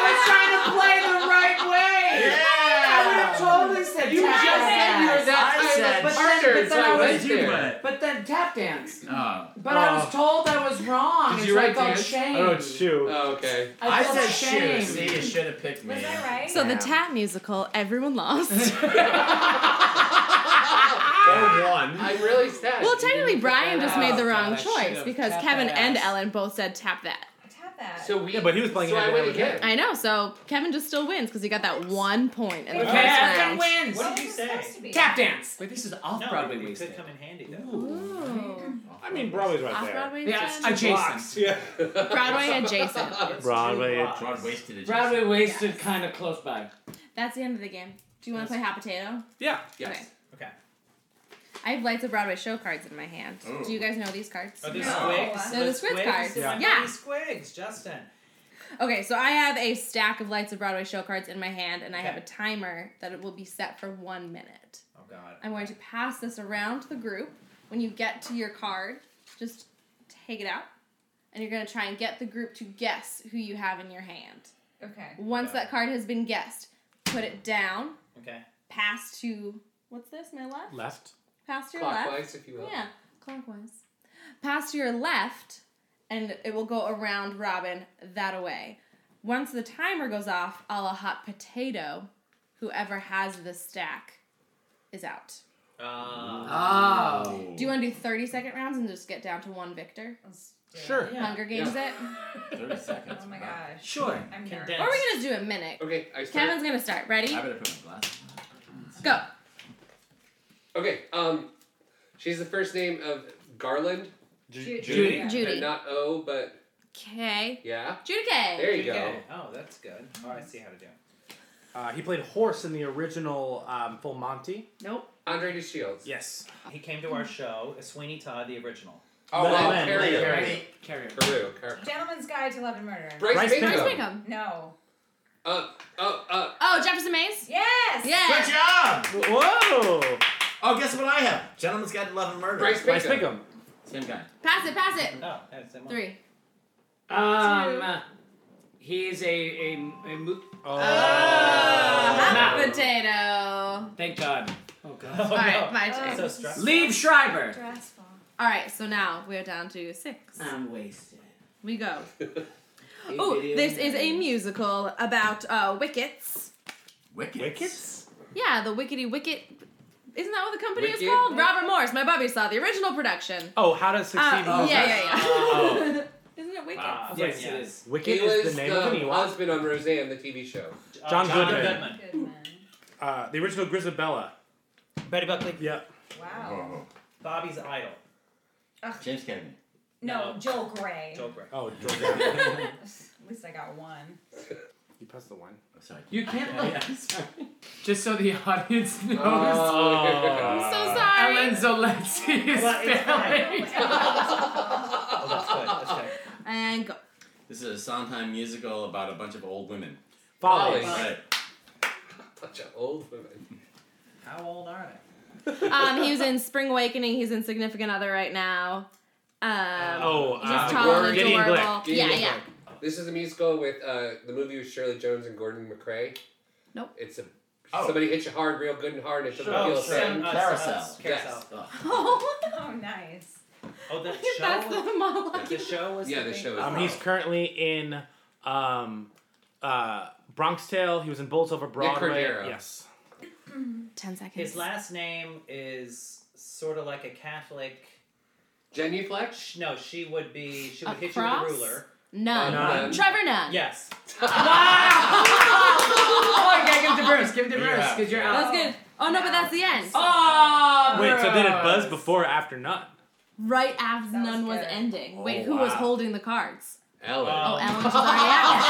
[SPEAKER 2] Ah!
[SPEAKER 15] was trying to play the right way. I would have totally said
[SPEAKER 2] You
[SPEAKER 15] tap
[SPEAKER 2] just said
[SPEAKER 15] dance.
[SPEAKER 2] you were that
[SPEAKER 15] I
[SPEAKER 2] type of
[SPEAKER 15] said
[SPEAKER 2] partner,
[SPEAKER 15] but
[SPEAKER 2] so
[SPEAKER 15] then I
[SPEAKER 2] what
[SPEAKER 15] was,
[SPEAKER 2] did you put?
[SPEAKER 15] But then tap dance.
[SPEAKER 4] Oh.
[SPEAKER 15] But I was told I was wrong.
[SPEAKER 4] Did
[SPEAKER 15] it's
[SPEAKER 4] you
[SPEAKER 15] like
[SPEAKER 4] write
[SPEAKER 15] oh,
[SPEAKER 4] dance?
[SPEAKER 15] shame.
[SPEAKER 4] Oh,
[SPEAKER 13] it's shoe.
[SPEAKER 19] Oh, okay.
[SPEAKER 15] I
[SPEAKER 4] I,
[SPEAKER 15] felt
[SPEAKER 4] said
[SPEAKER 15] shame.
[SPEAKER 4] shoe. See, you should have picked me. Was
[SPEAKER 16] that right?
[SPEAKER 22] So the tap musical, everyone lost.
[SPEAKER 19] I'm really sad.
[SPEAKER 22] well, technically, Brian just made the wrong
[SPEAKER 19] That should've
[SPEAKER 22] choice because
[SPEAKER 19] tapped
[SPEAKER 22] Kevin
[SPEAKER 19] that
[SPEAKER 22] and
[SPEAKER 19] ass.
[SPEAKER 22] Ellen both said tap that.
[SPEAKER 16] Tap that.
[SPEAKER 19] So we.
[SPEAKER 13] Yeah, but he was playing
[SPEAKER 19] So
[SPEAKER 13] it
[SPEAKER 19] I
[SPEAKER 13] at
[SPEAKER 19] win
[SPEAKER 13] Ellen
[SPEAKER 19] again.
[SPEAKER 22] I know. So Kevin just still wins because he got that one point in the
[SPEAKER 15] Okay,
[SPEAKER 22] first
[SPEAKER 15] Kevin
[SPEAKER 22] round.
[SPEAKER 15] wins.
[SPEAKER 17] What did you say?
[SPEAKER 2] Tap dance.
[SPEAKER 17] Wait, this is
[SPEAKER 2] off Broadway
[SPEAKER 17] No, it
[SPEAKER 2] wasted.
[SPEAKER 17] could come in handy though.
[SPEAKER 13] I mean, Broadway's right there.
[SPEAKER 22] Off-Broadway
[SPEAKER 2] Yeah,
[SPEAKER 22] adjacent.
[SPEAKER 2] adjacent.
[SPEAKER 13] Yeah.
[SPEAKER 22] Broadway adjacent.
[SPEAKER 13] Broadway.
[SPEAKER 4] Broadway wasted it.
[SPEAKER 2] Broadway wasted kind of close by.
[SPEAKER 22] That's the end of the game. Do you want to play hot potato?
[SPEAKER 13] Yeah.
[SPEAKER 22] Yes.
[SPEAKER 17] Okay.
[SPEAKER 22] I have Lights of Broadway show cards in my hand.
[SPEAKER 17] Ooh.
[SPEAKER 22] Do you guys know these cards?
[SPEAKER 17] Are they
[SPEAKER 22] No.
[SPEAKER 17] Oh, squigs?
[SPEAKER 22] They're the squid cards.
[SPEAKER 17] Yeah.
[SPEAKER 22] yeah.
[SPEAKER 17] These squigs, Justin.
[SPEAKER 22] Okay, so I have a stack of Lights of Broadway show cards in my hand, and I have a timer that it will be set for one minute.
[SPEAKER 17] Oh God.
[SPEAKER 22] I'm going to pass this around to the group. When you get to your card, just take it out, and you're going to try and get the group to guess who you have in your hand.
[SPEAKER 16] Okay.
[SPEAKER 22] Once that card has been guessed, put it down,
[SPEAKER 17] Okay.
[SPEAKER 22] pass to what's this? My left.
[SPEAKER 13] Left.
[SPEAKER 22] Pass to your
[SPEAKER 19] Clockwise,
[SPEAKER 22] left.
[SPEAKER 19] if you will.
[SPEAKER 22] Yeah, clockwise. Pass to your left, and it will go around Robin that away. Once the timer goes off, a la hot potato, whoever has the stack is out.
[SPEAKER 17] Ah.
[SPEAKER 22] Ah.
[SPEAKER 15] Oh.
[SPEAKER 22] Do you want to do 30 second rounds and just get down to one victor?
[SPEAKER 13] Sure.
[SPEAKER 22] Hunger Games
[SPEAKER 19] Yeah.
[SPEAKER 22] it?
[SPEAKER 4] 30 seconds.
[SPEAKER 16] Oh my gosh.
[SPEAKER 4] Sure.
[SPEAKER 16] I'm here.
[SPEAKER 22] Or are we going to do a minute?
[SPEAKER 19] Okay, I start.
[SPEAKER 22] Kevin's going to start. Ready?
[SPEAKER 4] I better put my glasses
[SPEAKER 22] Go.
[SPEAKER 19] Okay. Um, she's the first name of Garland.
[SPEAKER 16] Ju-
[SPEAKER 19] Judy.
[SPEAKER 22] Judy. Judy.
[SPEAKER 19] And not O, but
[SPEAKER 22] Okay.
[SPEAKER 19] yeah.
[SPEAKER 22] Judy
[SPEAKER 19] There you go.
[SPEAKER 17] Okay. Oh, that's good. Oh, I see how to do. it.
[SPEAKER 13] Uh, he played horse in the original um, Full Monty.
[SPEAKER 22] Nope.
[SPEAKER 19] Andre de Shields.
[SPEAKER 13] Yes.
[SPEAKER 17] He came to our show, Sweeney Todd, the original.
[SPEAKER 19] Oh,
[SPEAKER 13] Len-
[SPEAKER 19] wow.
[SPEAKER 13] Len-
[SPEAKER 19] Carrier.
[SPEAKER 13] Len-
[SPEAKER 2] Carrier.
[SPEAKER 19] Peru. Car-
[SPEAKER 16] Gentleman's Guide to Love and Murder.
[SPEAKER 19] Bryce,
[SPEAKER 13] Bryce
[SPEAKER 19] Baker.
[SPEAKER 13] Baker.
[SPEAKER 22] Bingham.
[SPEAKER 16] No.
[SPEAKER 19] Up, up, up.
[SPEAKER 22] Oh, Jefferson Mays?
[SPEAKER 16] Yes.
[SPEAKER 22] Yeah.
[SPEAKER 4] Good job!
[SPEAKER 13] Whoa.
[SPEAKER 4] Oh, guess what I have? Gentleman's Guide to Love and Murder.
[SPEAKER 19] Bryce
[SPEAKER 13] Bryce Bingham.
[SPEAKER 19] Bingham.
[SPEAKER 4] Same guy.
[SPEAKER 22] Pass it, pass it.
[SPEAKER 17] Oh, that's the one.
[SPEAKER 22] Three.
[SPEAKER 2] Um, he's a a, a mo-
[SPEAKER 13] Oh.
[SPEAKER 22] Hot
[SPEAKER 16] Uh-huh.
[SPEAKER 2] Nah.
[SPEAKER 22] potato.
[SPEAKER 2] Thank God. Ah, Oh God.
[SPEAKER 17] All
[SPEAKER 22] right, my turn.
[SPEAKER 17] So stressful.
[SPEAKER 2] Leave Schreiber.
[SPEAKER 16] Oh, Stressful.
[SPEAKER 22] All right, so now we're down to six.
[SPEAKER 2] I'm wasted.
[SPEAKER 22] We go. Oh, this is a musical about uh, wickets.
[SPEAKER 4] Wickets.
[SPEAKER 13] Wickets?
[SPEAKER 22] Yeah, the Wickety Wicket. Isn't that what the company is
[SPEAKER 19] Wicked?
[SPEAKER 22] called? Robert Morris. My Bobby saw the original production.
[SPEAKER 13] Oh, how to
[SPEAKER 22] Uh,
[SPEAKER 13] succeed. in
[SPEAKER 22] yeah,
[SPEAKER 13] Business.
[SPEAKER 22] yeah, yeah.
[SPEAKER 4] Oh.
[SPEAKER 22] Isn't it Wicked?
[SPEAKER 4] Wow.
[SPEAKER 13] Yes,
[SPEAKER 2] it is.
[SPEAKER 13] Wicked
[SPEAKER 19] He
[SPEAKER 13] is
[SPEAKER 19] was
[SPEAKER 13] the name of an Ewok.
[SPEAKER 19] husband on Roseanne, the TV show.
[SPEAKER 17] Uh,
[SPEAKER 13] John Goodman.
[SPEAKER 16] Goodman.
[SPEAKER 13] Uh, the original Grisabella. Oh.
[SPEAKER 17] Betty Buckley.
[SPEAKER 13] Yeah.
[SPEAKER 16] Wow.
[SPEAKER 17] Bobby's idol.
[SPEAKER 4] James Cagney.
[SPEAKER 16] No, Joel Gray.
[SPEAKER 17] Joe Gray.
[SPEAKER 13] Oh, Jordan.
[SPEAKER 16] At least I got one.
[SPEAKER 13] you pressed the one.
[SPEAKER 4] Oh, sorry.
[SPEAKER 2] You can't like. Just so the audience knows,
[SPEAKER 19] Oh.
[SPEAKER 22] so sorry.
[SPEAKER 2] Ellen Zolensky is
[SPEAKER 17] Well, it's
[SPEAKER 2] failing.
[SPEAKER 17] Oh, that's good. That's good.
[SPEAKER 22] And go.
[SPEAKER 4] This is a Sondheim musical about a bunch of old women.
[SPEAKER 13] Folly.
[SPEAKER 19] Folly.
[SPEAKER 4] Right.
[SPEAKER 19] Bunch of old women.
[SPEAKER 17] How old are they?
[SPEAKER 22] Um, he was in Spring Awakening. He's in Significant Other right now. Um,
[SPEAKER 19] Oh,
[SPEAKER 22] he's just
[SPEAKER 19] uh,
[SPEAKER 22] tall
[SPEAKER 19] Gordon-
[SPEAKER 22] and
[SPEAKER 19] Gideon
[SPEAKER 22] adorable.
[SPEAKER 19] Glick. Gideon
[SPEAKER 22] Yeah,
[SPEAKER 19] Glick.
[SPEAKER 22] yeah.
[SPEAKER 19] This is a musical with uh, the movie with Shirley Jones and Gordon McRae.
[SPEAKER 22] Nope.
[SPEAKER 19] It's a somebody hits you hard, real good and hard, and it doesn't
[SPEAKER 17] Oh.
[SPEAKER 19] feel a
[SPEAKER 17] Sure. Oh, sure.
[SPEAKER 19] thing.
[SPEAKER 17] Uh, Carousel.
[SPEAKER 19] Yes.
[SPEAKER 17] Carousel.
[SPEAKER 16] Oh, oh, nice.
[SPEAKER 17] Oh, the show.
[SPEAKER 16] That's the monologue.
[SPEAKER 17] The show was.
[SPEAKER 19] Yeah, the
[SPEAKER 17] thing.
[SPEAKER 19] show is
[SPEAKER 13] Um, he's currently in um, uh, Bronx Tale. He was in Bulls Over Broadway.
[SPEAKER 19] Cordero.
[SPEAKER 13] yes.
[SPEAKER 22] Ten seconds.
[SPEAKER 17] His last name is sort of like a Catholic.
[SPEAKER 19] Genuflex?
[SPEAKER 17] No, she would be. She would
[SPEAKER 22] A
[SPEAKER 17] hit you
[SPEAKER 22] cross?
[SPEAKER 17] with a ruler.
[SPEAKER 22] None.
[SPEAKER 17] None.
[SPEAKER 22] Trevor Nunn.
[SPEAKER 17] Yes.
[SPEAKER 2] oh, okay, give it to Bruce. Give it to Bruce because you're
[SPEAKER 22] That
[SPEAKER 2] out.
[SPEAKER 22] was good. Oh no, but that's the end.
[SPEAKER 2] Oh,
[SPEAKER 13] Wait, so did it buzz before or after Nut?
[SPEAKER 22] Right as Nun was ending.
[SPEAKER 19] Oh,
[SPEAKER 22] Wait, who was
[SPEAKER 13] wow.
[SPEAKER 22] holding the cards?
[SPEAKER 19] Ellen.
[SPEAKER 22] Oh,
[SPEAKER 13] Um,
[SPEAKER 22] Ellen was already out.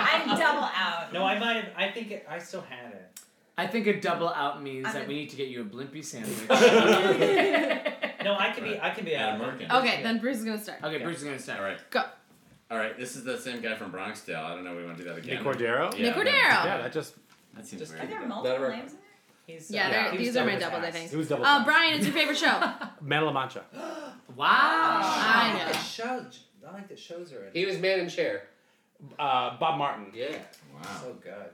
[SPEAKER 16] I'm double out.
[SPEAKER 17] No, I might have. I think it, I still had it.
[SPEAKER 2] I think a double out means
[SPEAKER 17] I'm
[SPEAKER 2] that
[SPEAKER 17] a-
[SPEAKER 2] we need to get you a blimpy sandwich.
[SPEAKER 17] No, I can be. I can be out.
[SPEAKER 22] okay, then Bruce is gonna start.
[SPEAKER 2] Okay, Bruce is gonna start.
[SPEAKER 4] All right.
[SPEAKER 22] Go.
[SPEAKER 4] All right. This is the same guy from Bronx Tale. I don't know. We want to do that again.
[SPEAKER 13] Nick Cordero?
[SPEAKER 4] Yeah.
[SPEAKER 22] Nick Cordero.
[SPEAKER 13] Yeah, that just.
[SPEAKER 4] That seems
[SPEAKER 13] Just-
[SPEAKER 4] weird.
[SPEAKER 13] Are there
[SPEAKER 16] multiple
[SPEAKER 13] Not a-
[SPEAKER 16] names in
[SPEAKER 17] He's,
[SPEAKER 22] Yeah, they're- these are my doubles, I think.
[SPEAKER 13] He was double
[SPEAKER 22] Uh,
[SPEAKER 13] fast.
[SPEAKER 22] Brian, it's your favorite show.
[SPEAKER 13] Man of La Mancha.
[SPEAKER 17] I
[SPEAKER 22] I
[SPEAKER 17] like
[SPEAKER 22] know.
[SPEAKER 17] the show. I like the shows are. in
[SPEAKER 19] He was man in chair.
[SPEAKER 13] Uh, Bob Martin.
[SPEAKER 19] Yeah.
[SPEAKER 17] So good.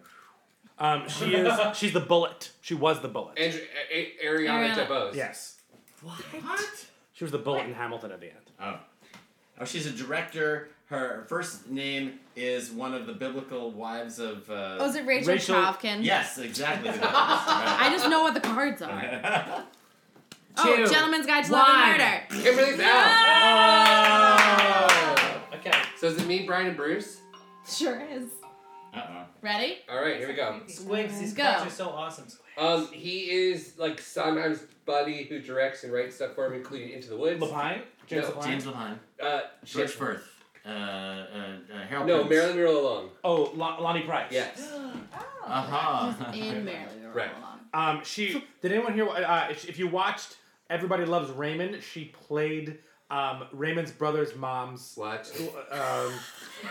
[SPEAKER 13] Um, she is. She's the bullet. She was the bullet.
[SPEAKER 19] Andrew, uh, a- a- Ariana
[SPEAKER 13] Ariana.
[SPEAKER 19] DeBose.
[SPEAKER 13] Yes.
[SPEAKER 2] What?
[SPEAKER 13] She was the bullet in Hamilton at the end.
[SPEAKER 4] Oh. Oh, she's a director. Her first name is one of the biblical wives of. Uh,
[SPEAKER 22] Oh, is it Rachel Chavkin?
[SPEAKER 4] Yes, exactly.
[SPEAKER 22] I just know what the cards are.
[SPEAKER 2] Two,
[SPEAKER 22] oh, Gentleman's Guide to Love
[SPEAKER 2] one.
[SPEAKER 22] and Murder.
[SPEAKER 19] Kimberly's out.
[SPEAKER 17] Okay.
[SPEAKER 19] So is it me, Brian, and Bruce?
[SPEAKER 22] Sure is.
[SPEAKER 4] Uh
[SPEAKER 22] Ready?
[SPEAKER 19] oh. All right, here we go.
[SPEAKER 17] Squigs, these
[SPEAKER 22] Go.
[SPEAKER 17] cards are so awesome.
[SPEAKER 19] Um, he is like Sondheim's buddy who directs and writes stuff for him, including Into the Woods.
[SPEAKER 13] Lapine? James
[SPEAKER 19] no.
[SPEAKER 13] Lapine?
[SPEAKER 4] James Levine.
[SPEAKER 19] Uh,
[SPEAKER 4] George
[SPEAKER 19] shit.
[SPEAKER 4] Firth. Uh, uh, uh, Harold
[SPEAKER 19] No,
[SPEAKER 4] Prince.
[SPEAKER 19] Marilyn Monroe alone.
[SPEAKER 13] Oh, Lon- Lonnie Price.
[SPEAKER 19] Yes.
[SPEAKER 13] Ah.
[SPEAKER 4] Uh-huh.
[SPEAKER 19] Right.
[SPEAKER 13] Um, she did anyone hear? what- Uh, if if you watched Everybody Loves Raymond, she played um, Raymond's brother's mom's
[SPEAKER 19] what?
[SPEAKER 13] Um,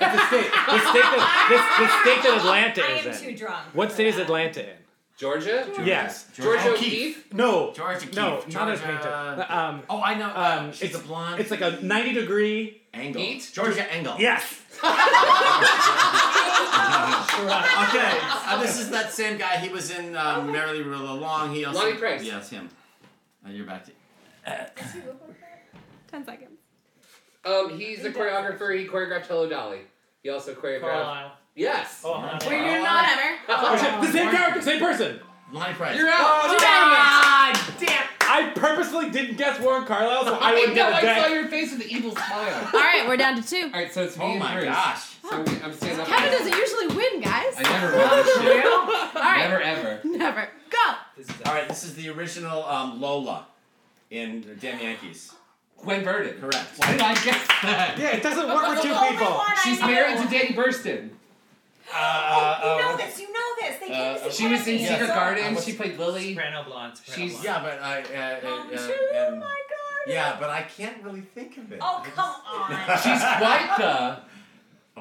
[SPEAKER 13] at the state, the state that this, the state that Atlanta
[SPEAKER 16] I
[SPEAKER 13] is
[SPEAKER 16] am
[SPEAKER 13] in.
[SPEAKER 16] too drunk.
[SPEAKER 13] What state is Atlanta in?
[SPEAKER 19] Georgia.
[SPEAKER 13] Yes.
[SPEAKER 19] Georgia Oh, Georgia O'Keeffe?
[SPEAKER 13] No.
[SPEAKER 4] Georgia
[SPEAKER 13] No,
[SPEAKER 4] O'Keeffe,
[SPEAKER 13] not as
[SPEAKER 4] Georgia-
[SPEAKER 13] painted. Um,
[SPEAKER 4] oh, I know.
[SPEAKER 13] Um,
[SPEAKER 4] she's
[SPEAKER 13] it's
[SPEAKER 4] a blonde.
[SPEAKER 13] It's like a ninety degree
[SPEAKER 4] Angle. Georgia Engel.
[SPEAKER 13] Yes.
[SPEAKER 4] okay. Uh, this is that same guy. He was in um, Merrily Rule Along. He also.
[SPEAKER 19] Lonnie Price. Uh,
[SPEAKER 4] Yes, him. Uh, you're back to.
[SPEAKER 22] Ten seconds.
[SPEAKER 19] Um, he's the choreographer. He choreographed Hello Dolly. He also choreographed.
[SPEAKER 17] Carlisle.
[SPEAKER 19] Yes.
[SPEAKER 17] Oh, huh.
[SPEAKER 22] Where you're not ever.
[SPEAKER 13] Oh, shit, the same character, same person.
[SPEAKER 4] Lonnie Price.
[SPEAKER 19] You're out.
[SPEAKER 13] Oh,
[SPEAKER 2] God damn.
[SPEAKER 13] I purposely didn't guess Warren Carlisle, so I would
[SPEAKER 19] know.
[SPEAKER 13] get
[SPEAKER 19] I
[SPEAKER 13] a
[SPEAKER 19] saw
[SPEAKER 13] deck.
[SPEAKER 19] your face with the evil smile.
[SPEAKER 22] All right, we're down to two.
[SPEAKER 19] All right, so it's me
[SPEAKER 4] Oh
[SPEAKER 19] and
[SPEAKER 4] my
[SPEAKER 19] Bruce.
[SPEAKER 4] gosh.
[SPEAKER 19] So I'm, I'm standing up.
[SPEAKER 22] Kevin doesn't usually win, guys.
[SPEAKER 19] I never win this shit.
[SPEAKER 22] All right,
[SPEAKER 19] Never ever.
[SPEAKER 22] never. Go.
[SPEAKER 4] All right, this is the original um, Lola in Damn Yankees.
[SPEAKER 19] Gwen Verdon.
[SPEAKER 4] Correct.
[SPEAKER 19] Why did I guess that?
[SPEAKER 13] Yeah, it doesn't work with two people.
[SPEAKER 19] She's married to Danny Burston.
[SPEAKER 4] Uh, uh,
[SPEAKER 16] You know
[SPEAKER 4] uh,
[SPEAKER 16] this. You know this. They gave us.
[SPEAKER 19] She was in
[SPEAKER 4] Yes.
[SPEAKER 19] Secret Garden.
[SPEAKER 4] What's-
[SPEAKER 19] She played Lily.
[SPEAKER 17] Soprano blonde. Soprano
[SPEAKER 19] She's-
[SPEAKER 17] blonde.
[SPEAKER 4] yeah, but I. Uh, uh, uh, um, yeah, but I can't really think of it.
[SPEAKER 16] Oh come on.
[SPEAKER 19] She's quite the.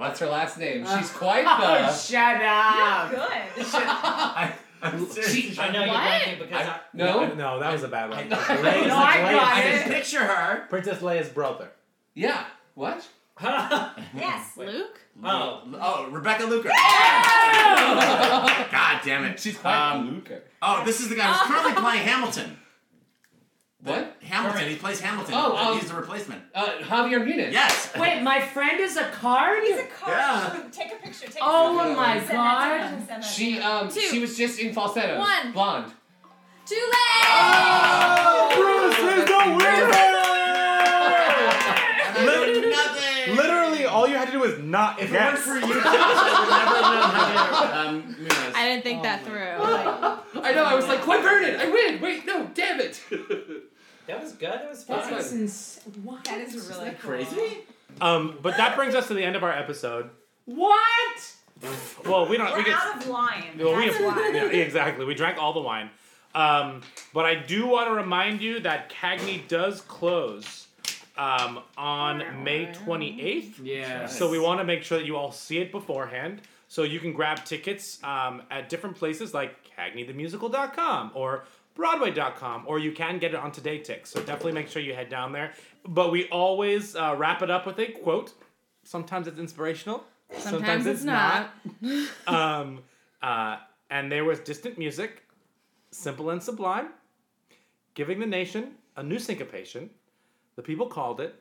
[SPEAKER 19] What's her last name? She's
[SPEAKER 4] Uh,
[SPEAKER 19] quite
[SPEAKER 2] Uh, Oh,
[SPEAKER 19] the.
[SPEAKER 2] shut up.
[SPEAKER 16] Good.
[SPEAKER 4] I, I'm serious.
[SPEAKER 17] I know you're
[SPEAKER 22] What?
[SPEAKER 17] blanking because I,
[SPEAKER 19] No.
[SPEAKER 13] No, that was a bad one.
[SPEAKER 4] I
[SPEAKER 2] No, I got
[SPEAKER 4] I
[SPEAKER 2] it.
[SPEAKER 4] can picture her.
[SPEAKER 13] Princess Leia's brother.
[SPEAKER 19] Yeah. What?
[SPEAKER 16] Yes.
[SPEAKER 22] Luke.
[SPEAKER 17] Oh,
[SPEAKER 4] Oh, Rebecca Luker. God damn it.
[SPEAKER 13] Uh,
[SPEAKER 19] She's quite
[SPEAKER 4] Um,
[SPEAKER 19] the Luker.
[SPEAKER 4] Oh, this is the guy who's currently playing Hamilton.
[SPEAKER 19] What?
[SPEAKER 4] Hamilton. He plays Hamilton.
[SPEAKER 19] Oh, um,
[SPEAKER 4] he's the replacement.
[SPEAKER 19] Uh, Javier Muniz.
[SPEAKER 4] Yes.
[SPEAKER 2] Wait, my friend is a card?
[SPEAKER 16] He's a card.
[SPEAKER 4] Yeah.
[SPEAKER 16] Take a picture. Take
[SPEAKER 2] Oh
[SPEAKER 16] a picture.
[SPEAKER 2] my
[SPEAKER 16] Send that to
[SPEAKER 2] God.
[SPEAKER 16] him, send that to
[SPEAKER 19] She
[SPEAKER 16] him.
[SPEAKER 19] um
[SPEAKER 22] Two.
[SPEAKER 19] she was just in falsetto.
[SPEAKER 22] One.
[SPEAKER 19] Blonde.
[SPEAKER 22] Too late.
[SPEAKER 4] Uh,
[SPEAKER 13] Bruce, there's no winner!
[SPEAKER 4] And I did nothing.
[SPEAKER 13] Literally, all you had to do was not
[SPEAKER 4] If
[SPEAKER 13] guess.
[SPEAKER 4] it weren't for you, Josh, I would never know how to um, Muniz.
[SPEAKER 22] I didn't think that through.
[SPEAKER 19] I know. I was like, Quinn Vernon. I win. Wait, no, damn it.
[SPEAKER 17] that was good. That was
[SPEAKER 19] That's
[SPEAKER 17] fun.
[SPEAKER 19] fun.
[SPEAKER 2] What?
[SPEAKER 16] That is really cool.
[SPEAKER 4] Crazy?
[SPEAKER 13] um, but that brings us to the end of our episode.
[SPEAKER 2] What?
[SPEAKER 13] Well, we don't.
[SPEAKER 16] We're
[SPEAKER 13] we get,
[SPEAKER 16] out of line.
[SPEAKER 13] well, we
[SPEAKER 16] That's why.
[SPEAKER 13] yeah, exactly. We drank all the wine. Um, but I do want to remind you that Cagney does close um, on May 28th.
[SPEAKER 2] Yeah.
[SPEAKER 13] So we want to make sure that you all see it beforehand. So you can grab tickets um, at different places like cagneythemusical.com or Broadway.com, or you can get it on Today Tick. So definitely make sure you head down there. But we always uh, wrap it up with a quote. Sometimes it's inspirational.
[SPEAKER 15] Sometimes, it's, not.
[SPEAKER 13] um, uh, and there was distant music, simple and sublime, giving the nation a new syncopation. The people called it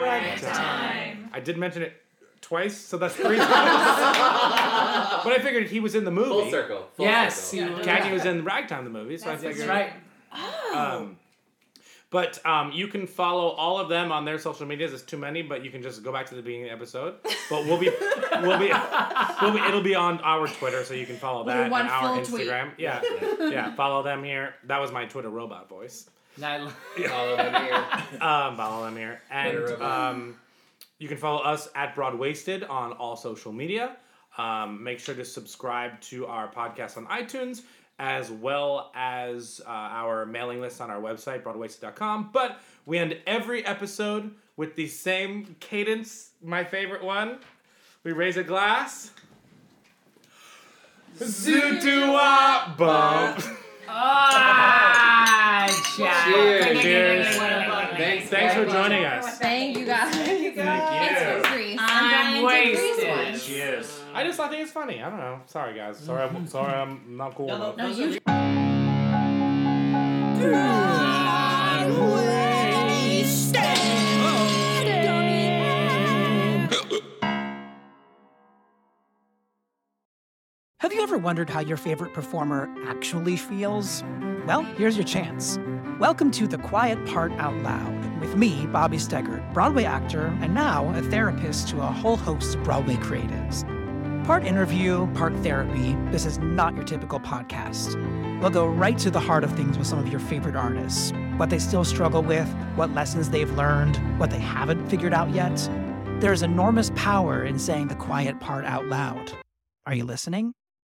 [SPEAKER 15] Ragtime.
[SPEAKER 13] I did mention it twice, so that's three times. but I figured he was in the movie.
[SPEAKER 19] Full circle, full
[SPEAKER 13] yes,
[SPEAKER 19] circle.
[SPEAKER 13] he-
[SPEAKER 19] Yeah.
[SPEAKER 13] Cagney was in Ragtime the movie, so
[SPEAKER 19] That's
[SPEAKER 13] I figured.
[SPEAKER 19] right.
[SPEAKER 13] Um, but um, you can follow all of them on their social medias. It's too many, but you can just go back to the beginning of the episode. But we'll be, we'll be, we'll be it'll be on our Twitter, so you can follow
[SPEAKER 15] We'll do
[SPEAKER 13] that
[SPEAKER 15] one
[SPEAKER 13] and our
[SPEAKER 15] full tweet.
[SPEAKER 13] Instagram. Yeah,
[SPEAKER 15] Yeah.
[SPEAKER 13] yeah. Follow them here. That was my Twitter robot voice.
[SPEAKER 19] Follow them here.
[SPEAKER 13] Um, follow them here, and
[SPEAKER 19] Twitter robot.
[SPEAKER 13] um, you can follow us at Broadwasted on all social media. Um, make sure to subscribe to our podcast on iTunes as well as uh, our mailing list on our website, broadwasted.com. But we end every episode with the same cadence, my favorite one. We raise a glass. Zoot-a-wop bump.
[SPEAKER 15] Ah,
[SPEAKER 13] Cheers. Cheers. Thanks, thanks for joining us.
[SPEAKER 22] Thank you guys. Thank you
[SPEAKER 13] guys.
[SPEAKER 22] It's for Greece.
[SPEAKER 15] I'm
[SPEAKER 22] I'm dying to Greece
[SPEAKER 15] wasted.
[SPEAKER 22] once.
[SPEAKER 13] Cheers. I just I think it's funny. I don't know. Sorry guys. Sorry. I'm, sorry. I'm not cool. about
[SPEAKER 15] no,
[SPEAKER 13] it.
[SPEAKER 15] you-
[SPEAKER 1] Have you ever wondered how your favorite performer actually feels? Well, here's your chance. Welcome to The Quiet Part Out Loud with me, Bobby Steggert, Broadway actor and now a therapist to a whole host of Broadway creatives. Part interview, part therapy, this is not your typical podcast. We'll go right to the heart of things with some of your favorite artists what they still struggle with, what lessons they've learned, what they haven't figured out yet. There's enormous power in saying the quiet part out loud. Are you listening?